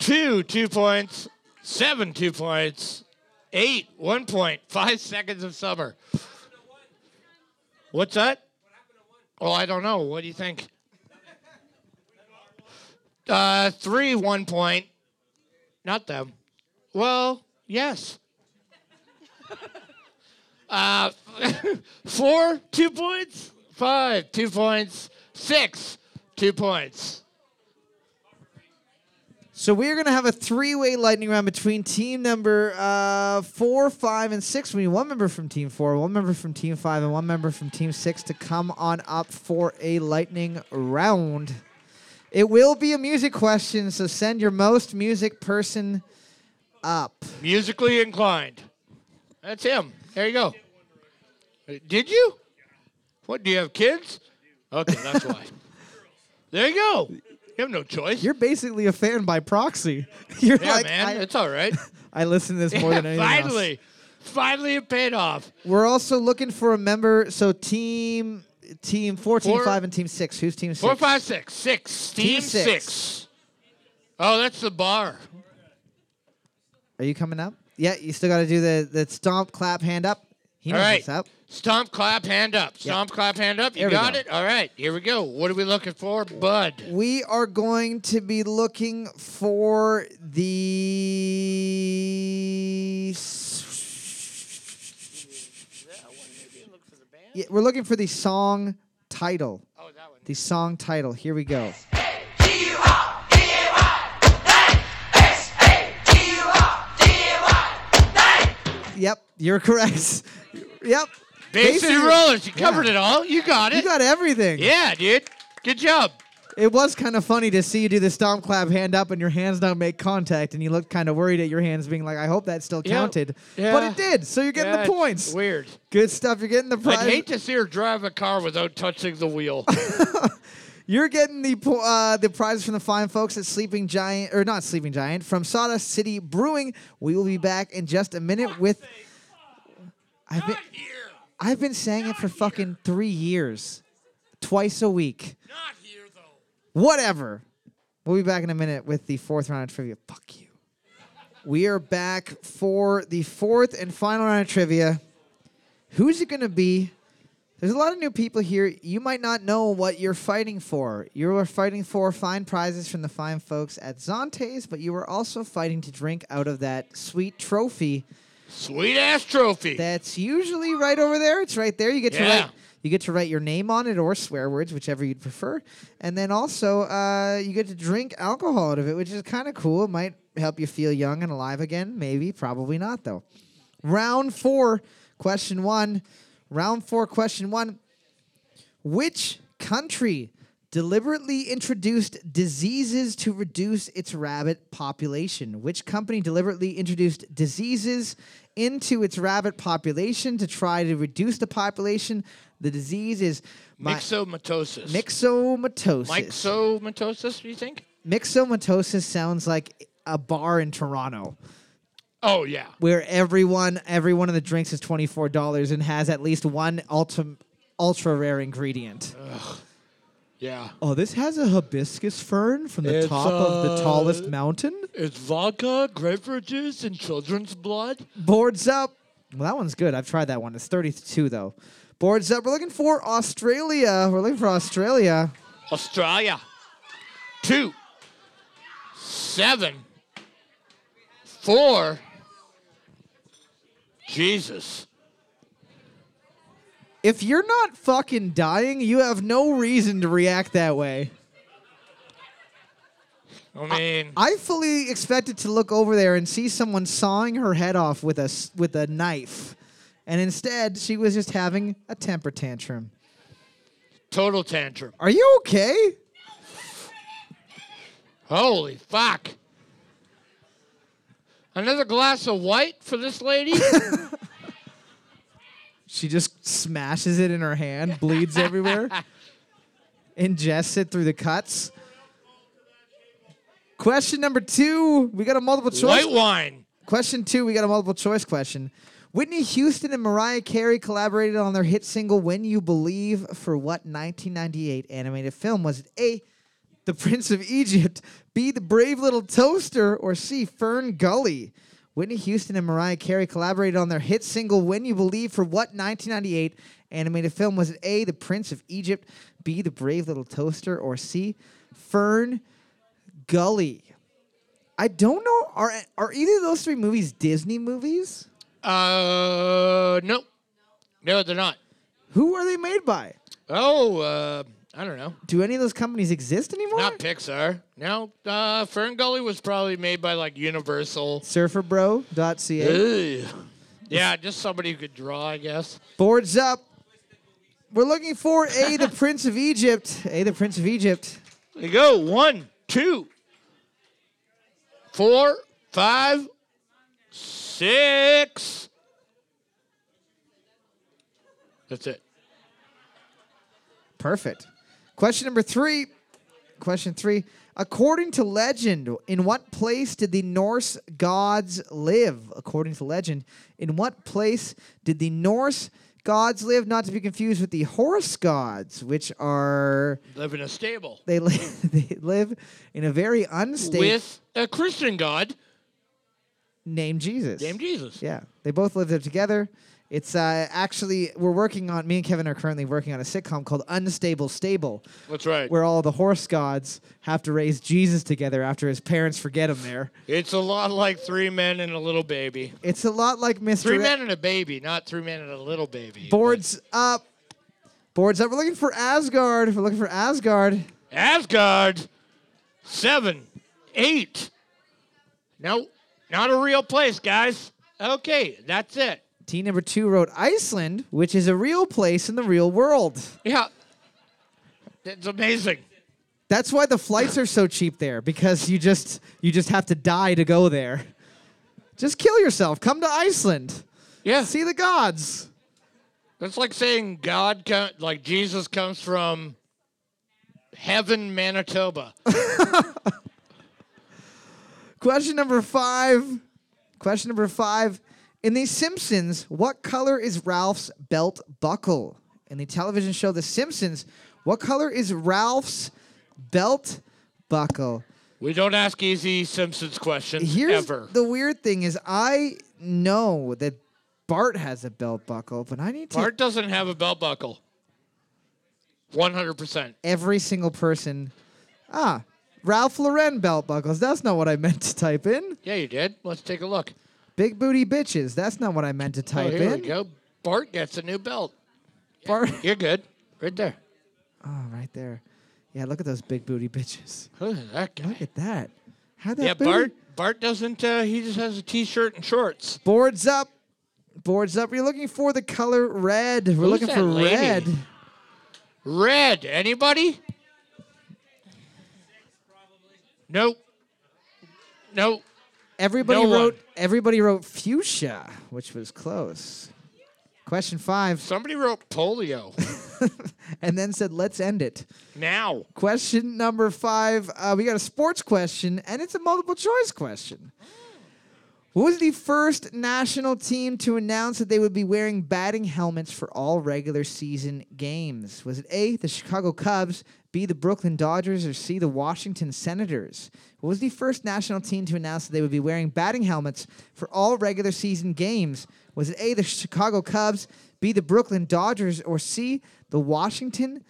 S2: Two, two points. Seven, two points. Eight, one point. Five seconds of summer. What's that? Oh, I don't know. What do you think? Uh, three, one point. Not them. Well, yes. Uh, four, two points. Five, two points. Six, two points.
S1: So we are going to have a three-way lightning round between team number uh, four, five, and six. We need one member from team four, one member from team five, and one member from team six to come on up for a lightning round. It will be a music question, so send your most music person up.
S2: Musically inclined. That's him. There you go. Uh, Did you? What? Do you have kids? Okay, that's why. There you go. You have no choice.
S1: You're basically a fan by proxy. You're
S2: yeah,
S1: like,
S2: man.
S1: I,
S2: it's all right.
S1: I listen to this more
S2: Yeah,
S1: than anything else.
S2: finally, finally, it paid off.
S1: We're also looking for a member. So team, team four, team
S2: Four-
S1: five, and team six. Who's team six?
S2: Four, five, six, six. Team,
S1: Team
S2: six.
S1: six.
S2: Oh, that's the bar.
S1: Are you coming up? Yeah, you still got to do the, the stomp, clap, hand up. He
S2: All
S1: knows
S2: right.
S1: what's up.
S2: Stomp, clap, hand up. Stomp, clap, hand up. You
S1: There we
S2: got
S1: go.
S2: it. All right. Here we go. What are we looking for, Bud?
S1: We are going to be looking for the. Yeah, we're looking for the song title.
S2: Oh, that one.
S1: The song title. Here we go. Yep, you're correct. yep.
S2: Bay
S1: Basically-
S2: City Rollers. You
S1: Yeah.
S2: covered it all. You got it.
S1: You got everything.
S2: Yeah, dude. Good job.
S1: It was kind of funny to see you do the stomp clap hand up and your hands don't make contact, and you looked kind of worried at your hands being like, I hope that still
S2: Yeah.
S1: counted. But
S2: Yeah.
S1: it did, so you're getting
S2: Yeah,
S1: the
S2: it's
S1: points.
S2: Weird.
S1: Good stuff. You're getting the
S2: I'd
S1: prize.
S2: hate to see her drive a car without touching the wheel.
S1: You're getting the po- uh, the prize from the fine folks at Sleeping Giant, or not Sleeping Giant, from Sawdust City Brewing. We will be back in just a minute with. I've been, I've been saying it for fucking three years, twice a week. Not here though. Whatever. We'll be back in a minute with the fourth round of trivia. Fuck you. We are back for the fourth and final round of trivia. Who's it gonna be? There's a lot of new people here. You might not know what you're fighting for. You are fighting for fine prizes from the fine folks at Zantes, but you are also fighting to drink out of that sweet trophy
S2: Sweet ass trophy.
S1: that's usually right over there. It's right there. You get to
S2: Yeah.
S1: write you get to write your name on it or swear words, whichever you'd prefer. And then also uh, you get to drink alcohol out of it, which is kind of cool. It might help you feel young and alive again. Maybe, probably not though. Round four, question one. Round four, question one. Which country deliberately introduced diseases to reduce its rabbit population? Which company deliberately introduced diseases into its rabbit population to try to reduce the population? The disease is mi-
S2: Mixomatosis.
S1: mixomatosis.
S2: Mixomatosis, do you think?
S1: mixomatosis sounds like a bar in Toronto
S2: Oh, yeah.
S1: where everyone every one of the drinks is twenty four dollars and has at least one ultra ultra rare ingredient.
S2: Yeah.
S1: Oh, this has a hibiscus fern from the
S2: It's,
S1: top of the
S2: uh,
S1: tallest mountain.
S2: It's vodka, grapefruit juice, and children's blood.
S1: Boards up. Well, that one's good. I've tried that one. It's 32 though. Boards up. We're looking for Australia. We're looking for Australia.
S2: Australia. Two. Seven. Four. Jesus.
S1: If you're not fucking dying, you have no reason to react that way.
S2: I mean,
S1: I fully expected to look over there and see someone sawing her head off with a s- with a knife, and instead she was just having a temper tantrum.
S2: total tantrum.
S1: Are you okay?
S2: Holy fuck. Another glass of white for this lady?
S1: She just smashes it in her hand, bleeds everywhere, ingests it through the cuts. Question number two. We got a multiple choice.
S2: White wine.
S1: Question two. We got a multiple choice question. Whitney Houston and Mariah Carey collaborated on their hit single "When You Believe" for what 1998 animated film? Was it A. The Prince of Egypt, B. The Brave Little Toaster, or C. Fern Gully? Whitney Houston and Mariah Carey collaborated on their hit single "When You Believe" for what 1998 animated film? Was it A. The Prince of Egypt, B. The Brave Little Toaster, or C. Fern Gully? I don't know. Are are either of those three movies Disney movies?
S2: Uh, no. No, they're not.
S1: Who are they made by?
S2: Oh, uh, I don't know.
S1: Do any of those companies exist anymore?
S2: Not Pixar. No. Uh, Fern Gully was probably made by like Universal.
S1: Surferbro.ca.
S2: Ugh. Yeah, just somebody who could draw, I guess.
S1: Boards up. We're looking for A, the Prince of Egypt. A, the Prince of Egypt.
S2: There you go. One, two, four, five, six. That's it.
S1: Perfect. Question number three. Question three. According to legend, in what place did the Norse gods live? According to legend, in what place did the Norse gods live? Not to be confused with the Horse gods, which are
S2: Live in a stable
S1: they live they live in a very unstable
S2: with a Christian God
S1: named Jesus.
S2: named Jesus.
S1: Yeah, they both live there together. It's uh, actually we're working on. Me and Kevin are currently working on a sitcom called Unstable Stable,
S2: That's right.
S1: where all the horse gods have to raise Jesus together after his parents forget him there.
S2: It's a lot like three men and a little baby.
S1: It's a lot like Mr.
S2: Three men and a baby, not three men and a little baby.
S1: Boards up, boards up. We're looking for Asgard. We're looking for Asgard.
S2: But Asgard, seven, eight. No, not a real place, guys. Okay, that's it.
S1: Team number two wrote Iceland, which is a real place in the real world.
S2: Yeah, it's amazing.
S1: That's why the flights are so cheap there because you just you just have to die to go there. Just kill yourself. Come to Iceland.
S2: Yeah,
S1: See the gods.
S2: that's like saying God, co- like Jesus, comes from heaven, Manitoba.
S1: Question number 5. Question number 5. In The Simpsons, what color is Ralph's belt buckle? In the television show The Simpsons, what color is Ralph's belt buckle?
S2: we don't ask easy Simpsons questions
S1: Here's
S2: ever.
S1: the weird thing is I know that Bart has a belt buckle, but I need to
S2: Bart doesn't have a belt buckle. One hundred percent.
S1: every single person. Ah, Ralph Lauren belt buckles. That's not what I meant to type in.
S2: Yeah, you did. Let's take a look.
S1: Big booty bitches. That's not what I meant to
S2: Oh,
S1: type
S2: here we
S1: in.
S2: go. Bart gets a new belt.
S1: Bar-
S2: You're good. Right there.
S1: oh, right there. Yeah, look at those big booty bitches.
S2: Look at that guy.
S1: Look at that. How that
S2: Yeah,
S1: booty-
S2: Bart. Bart doesn't. Uh, he just has a t-shirt and shorts.
S1: Boards up. Boards up. You're looking for the color red. We're
S2: Who's
S1: looking
S2: that
S1: for
S2: lady?
S1: red.
S2: Red. Anybody? Nope. Nope.
S1: Everybody
S2: No one.
S1: wrote everybody wrote fuchsia, which was close. Question 5
S2: Somebody wrote polio.
S1: and then said let's end it.
S2: now.
S1: Question number five. Uh, we got a sports question, and it's a multiple choice question. What was the first national team to announce that they would be wearing batting helmets for all regular season games? Was it A, the Chicago Cubs, B, the Brooklyn Dodgers, or C, the Washington Senators? What was the first national team to announce that they would be wearing batting helmets for all regular season games? Was it A, the Chicago Cubs, B, the Brooklyn Dodgers, or C, the Washington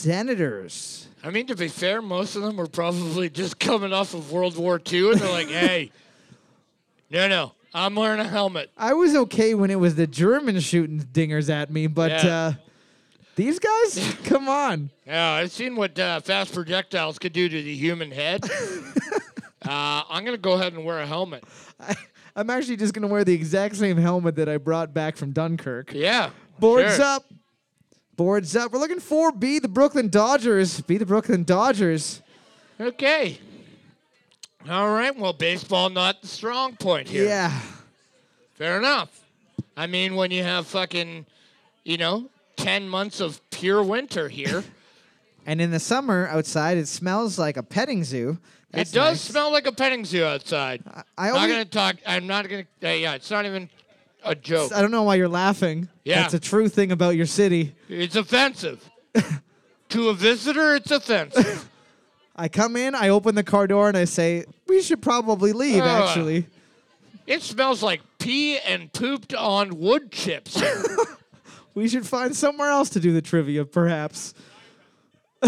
S1: Senators?
S2: I mean, to be fair, most of them were probably just coming off of World War II, and they're like, "Hey, no, no, I'm wearing a helmet."
S1: I was okay when it was the Germans shooting dingers at me, but
S2: Yeah.
S1: uh, these guys, come on.
S2: Yeah, I've seen what uh, fast projectiles could do to the human head. uh, I'm gonna go ahead and wear a helmet.
S1: I, I'm actually just going to wear the exact same helmet that I brought back from Dunkirk.
S2: Yeah.
S1: Boards
S2: sure.
S1: up. Boards up. We're looking for B, the Brooklyn Dodgers. B, the Brooklyn Dodgers.
S2: Okay. All right. Well, baseball not the strong point here.
S1: Yeah.
S2: Fair enough. I mean, when you have fucking, you know, ten months of pure winter here,
S1: And in the summer outside, it smells like a petting zoo. That's
S2: it does
S1: nice.
S2: smell like a petting zoo outside. I,
S1: I
S2: am
S1: always-
S2: not gonna talk. I'm not gonna. Uh, yeah, it's not even a joke.
S1: I don't know why you're laughing.
S2: Yeah.
S1: That's a true thing about your city.
S2: It's offensive. to a visitor, it's offensive.
S1: I come in, I open the car door, and I say, We should probably leave,
S2: Ugh.
S1: actually.
S2: it smells like pee and pooped on wood chips.
S1: We should find somewhere else to do the trivia, perhaps.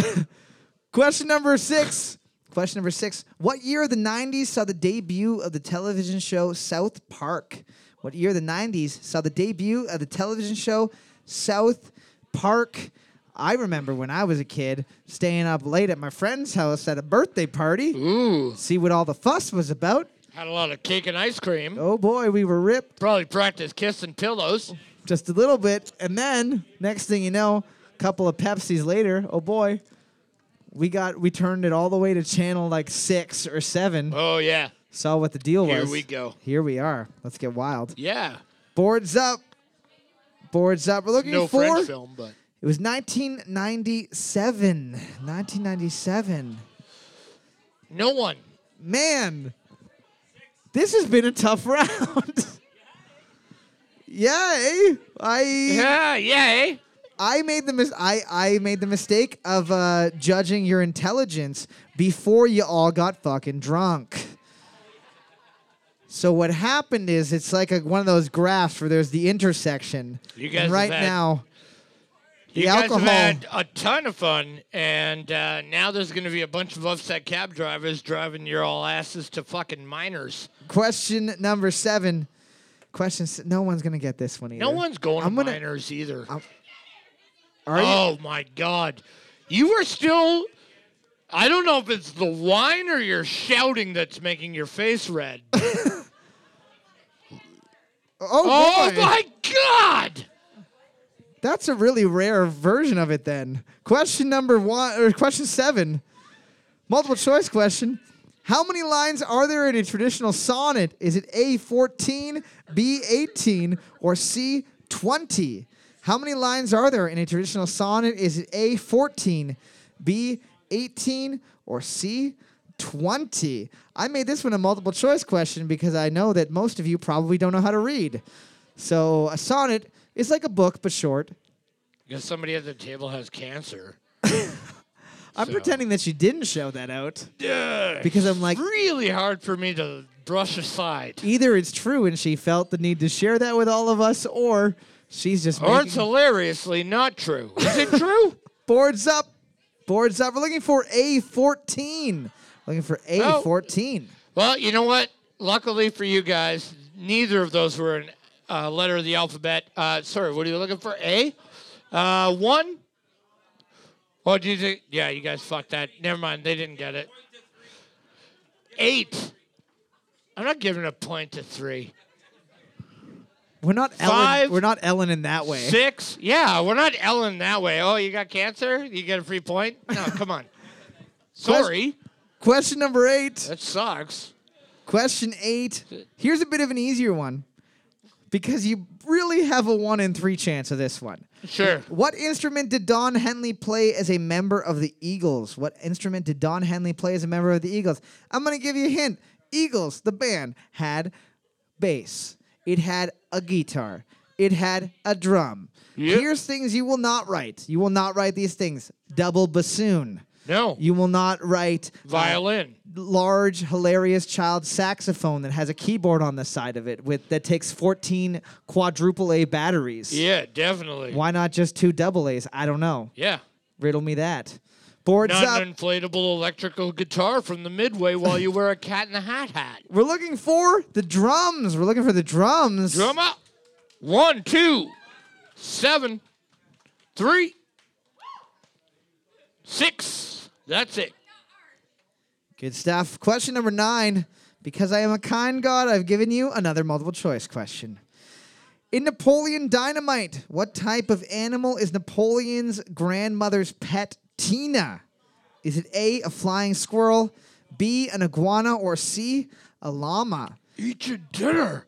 S1: Question number six. Question number six. What year of the 90s saw the debut of the television show South Park? What year of the 90s saw the debut of the television show South Park? I remember when I was a kid staying up late at my friend's house at a birthday party,
S2: Ooh,
S1: see what all the fuss was about.
S2: had a lot of cake and ice cream.
S1: Oh boy, we were ripped
S2: Probably practiced kissing
S1: Oh.
S2: pillows.
S1: just a little bit. And then next thing you know, a couple of Pepsis later, oh boy, we got we turned it all the way to channel like six or seven.
S2: Oh yeah,
S1: Saw what the deal
S2: Here
S1: was.
S2: we go.
S1: Here we are. Let's get wild.
S2: yeah.
S1: Boards up. Boards up. We're looking
S2: No
S1: for.
S2: French film, but
S1: It was 1997. 1997.
S2: no one.
S1: Man, this has been a tough round. yeah, eh? I.
S2: Yeah, yeah. eh?
S1: I made the mis- I, I made the mistake of uh, judging your intelligence before you all got fucking drunk. So what happened is it's like a, one of those graphs where there's the intersection.
S2: You guys
S1: And
S2: have
S1: right
S2: had-
S1: now, the
S2: You guys
S1: alcohol.
S2: have had a ton of fun, and uh, now there's going to be a bunch of upset cab drivers driving your all asses to fucking minors.
S1: Question number seven. Question. s- No one's gonna get this one either.
S2: No one's going
S1: I'm
S2: to
S1: gonna-
S2: minors either.
S1: Are you-
S2: Oh my god, you are still. I don't know if it's the wine or your shouting that's making your face red.
S1: Oh,
S2: oh
S1: boy.
S2: my god!
S1: That's a really rare version of it then. Question number one or question seven. Multiple choice question. How many lines are there in a traditional sonnet? Is it A fourteen, B eighteen, or C twenty? How many lines are there in a traditional sonnet? Is it A fourteen, B eighteen, or C twenty? I made this one a multiple choice question because I know that most of you probably don't know how to read. So a sonnet is like a book but short.
S2: Because somebody at the table has cancer.
S1: I'm
S2: So-
S1: pretending that you didn't show that out. Because I'm like
S2: Really hard for me to brush aside.
S1: either it's true and she felt the need to share that with all of us or she's just
S2: Or
S1: making
S2: it's hilariously not true. Is it true?
S1: boards up. Boards up. We're looking for A14. Looking for A14.
S2: Well, you know what? Luckily for you guys, neither of those were a uh, letter of the alphabet. Uh, sorry, what are you looking for? A? Uh, one? Oh, do you think? Yeah, you guys fucked that. Never mind. They didn't get it. Eight. I'm not giving a point to three.
S1: We're not Ellen.
S2: Five.
S1: We're not Ellen in that way.
S2: Six? Yeah, we're not Ellen that way. Oh, you got cancer? You get a free point? No, come on. Sorry.
S1: Question number 8.
S2: That sucks.
S1: Question eight. Here's a bit of an easier one because you really have a one in three chance of this one.
S2: Sure.
S1: What instrument did Don Henley play as a member of the Eagles? What instrument did Don Henley play as a member of the Eagles? I'm going to give you a hint. Eagles, the band, had bass, it had a guitar, it had a drum.
S2: Yep.
S1: Here's things you will not write. You will not write these things. Double bassoon.
S2: No.
S1: You will not write uh,
S2: Violin.
S1: large, hilarious child saxophone that has a keyboard on the side of it with that takes 14 quadruple A batteries.
S2: Yeah, definitely.
S1: Why not just two double A's? I don't know.
S2: Yeah.
S1: Riddle me that. Boards
S2: Not
S1: up.
S2: an inflatable electrical guitar from the midway while you wear a cat in a hat hat.
S1: We're looking for the drums. We're looking for the drums.
S2: Drum up. One, two, seven, three, six. That's it.
S1: Good stuff. Question number nine. Because I am a kind god, I've given you another multiple choice question. In Napoleon Dynamite, what type of animal is Napoleon's grandmother's pet, Tina? Is it A, a flying squirrel, B, an iguana, or C, a llama?
S2: Eat your dinner.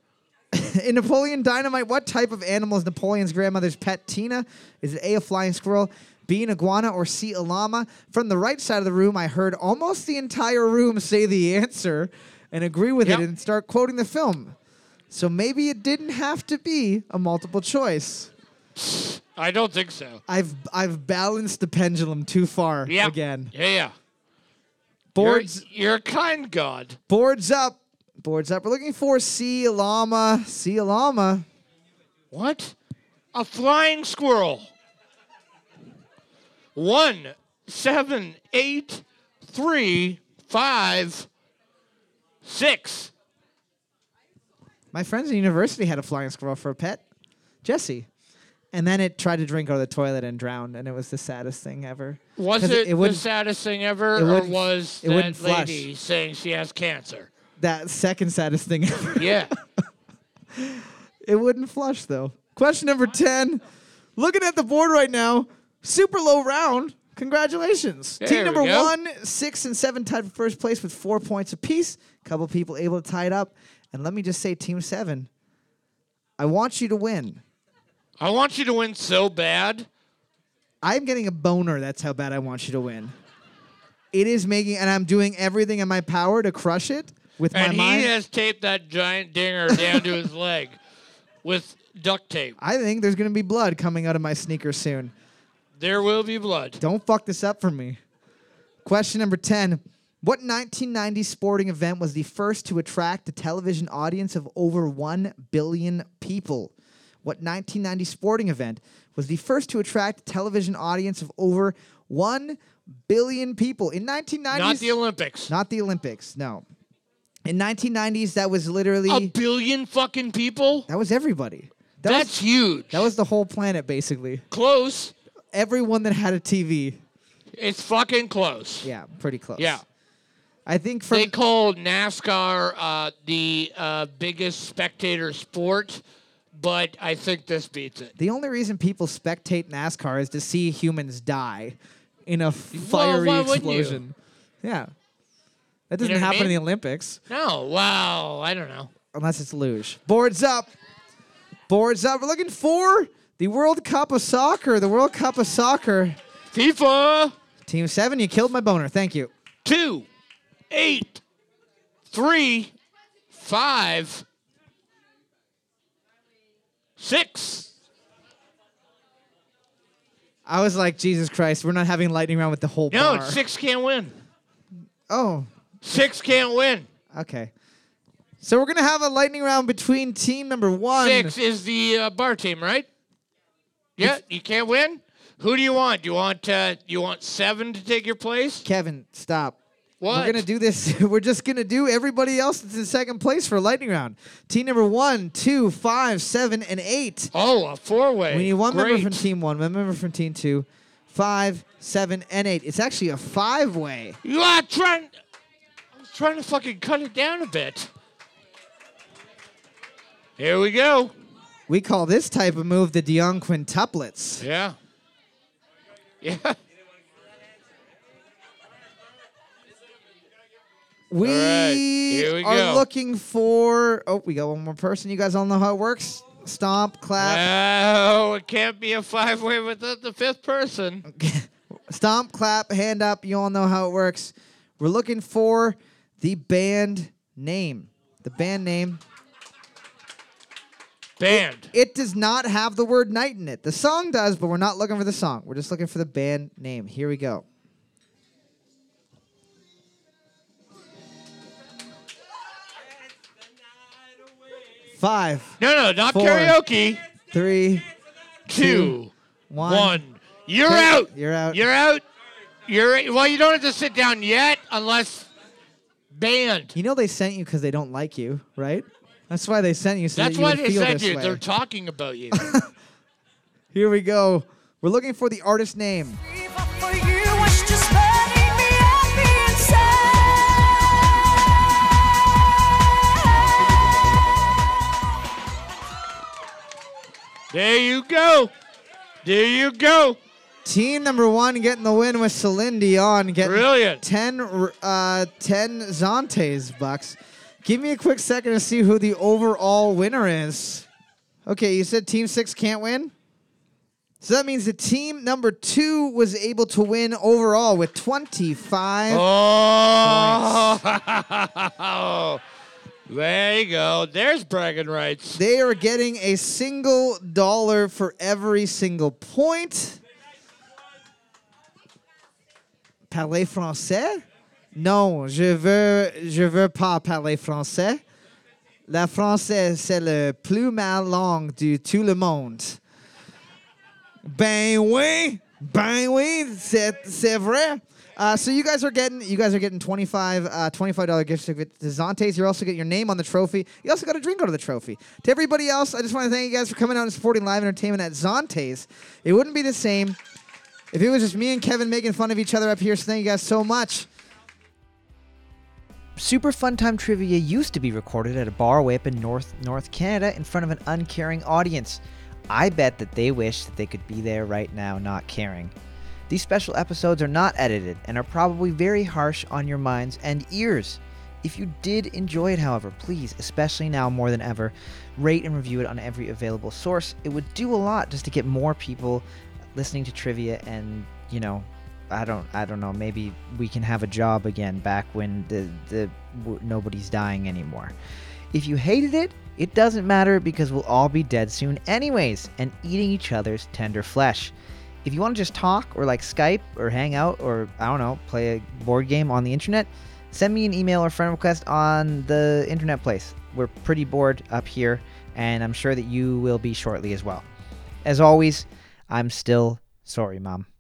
S1: In Napoleon Dynamite, what type of animal is Napoleon's grandmother's pet, Tina? Is it A, a flying squirrel, B, an iguana, or C, a llama? From the right side of the room, I heard almost the entire room say the answer and agree with
S2: Yep.
S1: it and start quoting the film. So maybe it didn't have to be a multiple choice.
S2: I don't think so.
S1: I've I've balanced the pendulum too far
S2: Yeah.
S1: again.
S2: Yeah, yeah. You're,
S1: Boards
S2: you're a kind god.
S1: boards up. Boards up. We're looking for C llama. C llama.
S2: What? A flying squirrel. One, seven, eight, three, five, six.
S1: My friends in university had a flying squirrel for a pet, Jesse. And then it tried to drink out of the toilet and drowned, and it was the saddest thing ever.
S2: Was
S1: 'Cause
S2: it, the
S1: wouldn't-
S2: saddest thing ever,
S1: it
S2: or
S1: wouldn't-
S2: was
S1: it
S2: that
S1: wouldn't flush.
S2: lady saying she has cancer?
S1: that second saddest thing ever?
S2: Yeah.
S1: It wouldn't flush though. Question number ten. Looking at the board right now, super low round. Congratulations.
S2: There
S1: Team
S2: we
S1: number
S2: go.
S1: one, six and seven tied for first place with four points apiece. Couple people able to tie it up. And let me just say, team seven, I want you to win.
S2: I want you to win so bad.
S1: I'm getting a boner. That's how bad I want you to win. It is making, and I'm doing everything in my power to crush it with
S2: And
S1: my mind.
S2: he has taped that giant dinger down to his leg with duct tape.
S1: I think there's going to be blood coming out of my sneaker soon.
S2: There will be blood.
S1: Don't fuck this up for me. Question number 10. What 1990 sporting event was the first to attract a television audience of over 1 billion people? What 1990 sporting event was the first to attract a television audience of over 1 billion people? In 1990s.
S2: Not the Olympics.
S1: Not the Olympics, no. In 1990s, that was literally.
S2: A billion fucking people?
S1: that was everybody. That
S2: That's
S1: was,
S2: huge.
S1: that was the whole planet, basically.
S2: close.
S1: Everyone that had a TV.
S2: It's fucking close.
S1: Yeah, pretty close.
S2: Yeah.
S1: I think from
S2: They call NASCAR uh, the uh, biggest spectator sport, but I think this beats it.
S1: the only reason people spectate NASCAR is to see humans die in a fiery
S2: why wouldn't you?
S1: explosion. Yeah. That doesn't
S2: know what I
S1: happen in
S2: mean?
S1: the Olympics
S2: No, wow. I don't know.
S1: unless it's luge. Boards up. Boards up. We're looking for the World Cup of Soccer. The World Cup of Soccer.
S2: FIFA
S1: Team 7, you killed my boner. Thank you.
S2: two, eight, three, five, six.
S1: I was like, Jesus Christ, we're not having lightning round with the whole
S2: No,
S1: bar.
S2: six can't win.
S1: Oh,
S2: Six can't win.
S1: okay. So we're gonna have a lightning round between team number one.
S2: Six is the uh, bar team, right? Yeah, you can't win. Who do you want? Do you want uh, you want seven to take your place?
S1: Kevin, stop.
S2: What?
S1: We're gonna do this. We're just gonna do everybody else that's in second place for a lightning round. Team number one, two, five, seven, and eight.
S2: Oh, a four way.
S1: We need one
S2: Great.
S1: member from team one, one member from team two, five, seven, and eight. It's actually a five-way.
S2: You are trying. I was trying to fucking cut it down a bit. Here we go.
S1: We call this type of move the De Jong quintuplets.
S2: Yeah. Yeah.
S1: We
S2: right, here we
S1: are
S2: go.
S1: looking for. Oh, we got one more person. You guys all know how it works. Stomp, clap,
S2: Oh, it can't be a five way without the fifth person.
S1: stomp, clap, hand up. You all know how it works. We're looking for the band name. The band name.
S2: Banned.
S1: It does not have the word night in it. The song does, but we're not looking for the song. We're just looking for the band name. Here we go. Five,
S2: No, no, not
S1: Four.
S2: karaoke.
S1: three,
S2: Two.
S1: one.
S2: One. You're
S1: Okay,
S2: out.
S1: you're out.
S2: You're out. You're well. You don't have to sit down yet, unless banned.
S1: You know they sent you because they don't like you, right? That's why they sent you. So
S2: That's
S1: that you
S2: why
S1: would
S2: they
S1: feel
S2: said
S1: this
S2: you.
S1: way.
S2: They're talking about you.
S1: Here we go. We're looking for the artist name.
S5: For you, it's just burning me up inside.
S2: there you go. There you go.
S1: Team number one getting the win with Celine Dion. Getting
S2: Brilliant.
S1: Ten, r- uh, 10 Zantes bucks. Give me a quick second to see who the overall winner is. Okay, you said Team Six can't win? So that means the team number two was able to win overall with 25.
S2: Oh, there you go. There's bragging rights.
S1: They are getting a single dollar for every single point. Parler français? Non, je veux, je veux pas parler français. La française, c'est le plus mal langue de tout le monde. Ben oui, ben oui, c'est, c'est vrai. Uh, so you guys are getting you guys are getting 25 uh, 25 dollar gift certificate to Zantes. You're also getting your name on the trophy. You also got a drink out of the trophy. To everybody else, I just want to thank you guys for coming out and supporting live entertainment at Zantes. It wouldn't be the same if it was just me and Kevin making fun of each other up here. So thank you guys so much.
S3: Super Fun Time Trivia used to be recorded at a bar way up in North North Canada in front of an uncaring audience. I bet that they wish that they could be there right now not caring. These special episodes are not edited and are probably very harsh on your minds and ears. If you did enjoy it, however, please, especially now more than ever, rate and review it on every available source. It would do a lot just to get more people listening to trivia and, you know, I don't I don't know. Maybe we can have a job again back when the the w- nobody's dying anymore. If you hated it, it doesn't matter because we'll all be dead soon anyways and eating each other's tender flesh. If you want to just talk or like Skype or hang out or I don't know, play a board game on the internet, send me an email or friend request on the internet place. We're pretty bored up here and I'm sure that you will be shortly as well. As always, I'm still sorry, mom.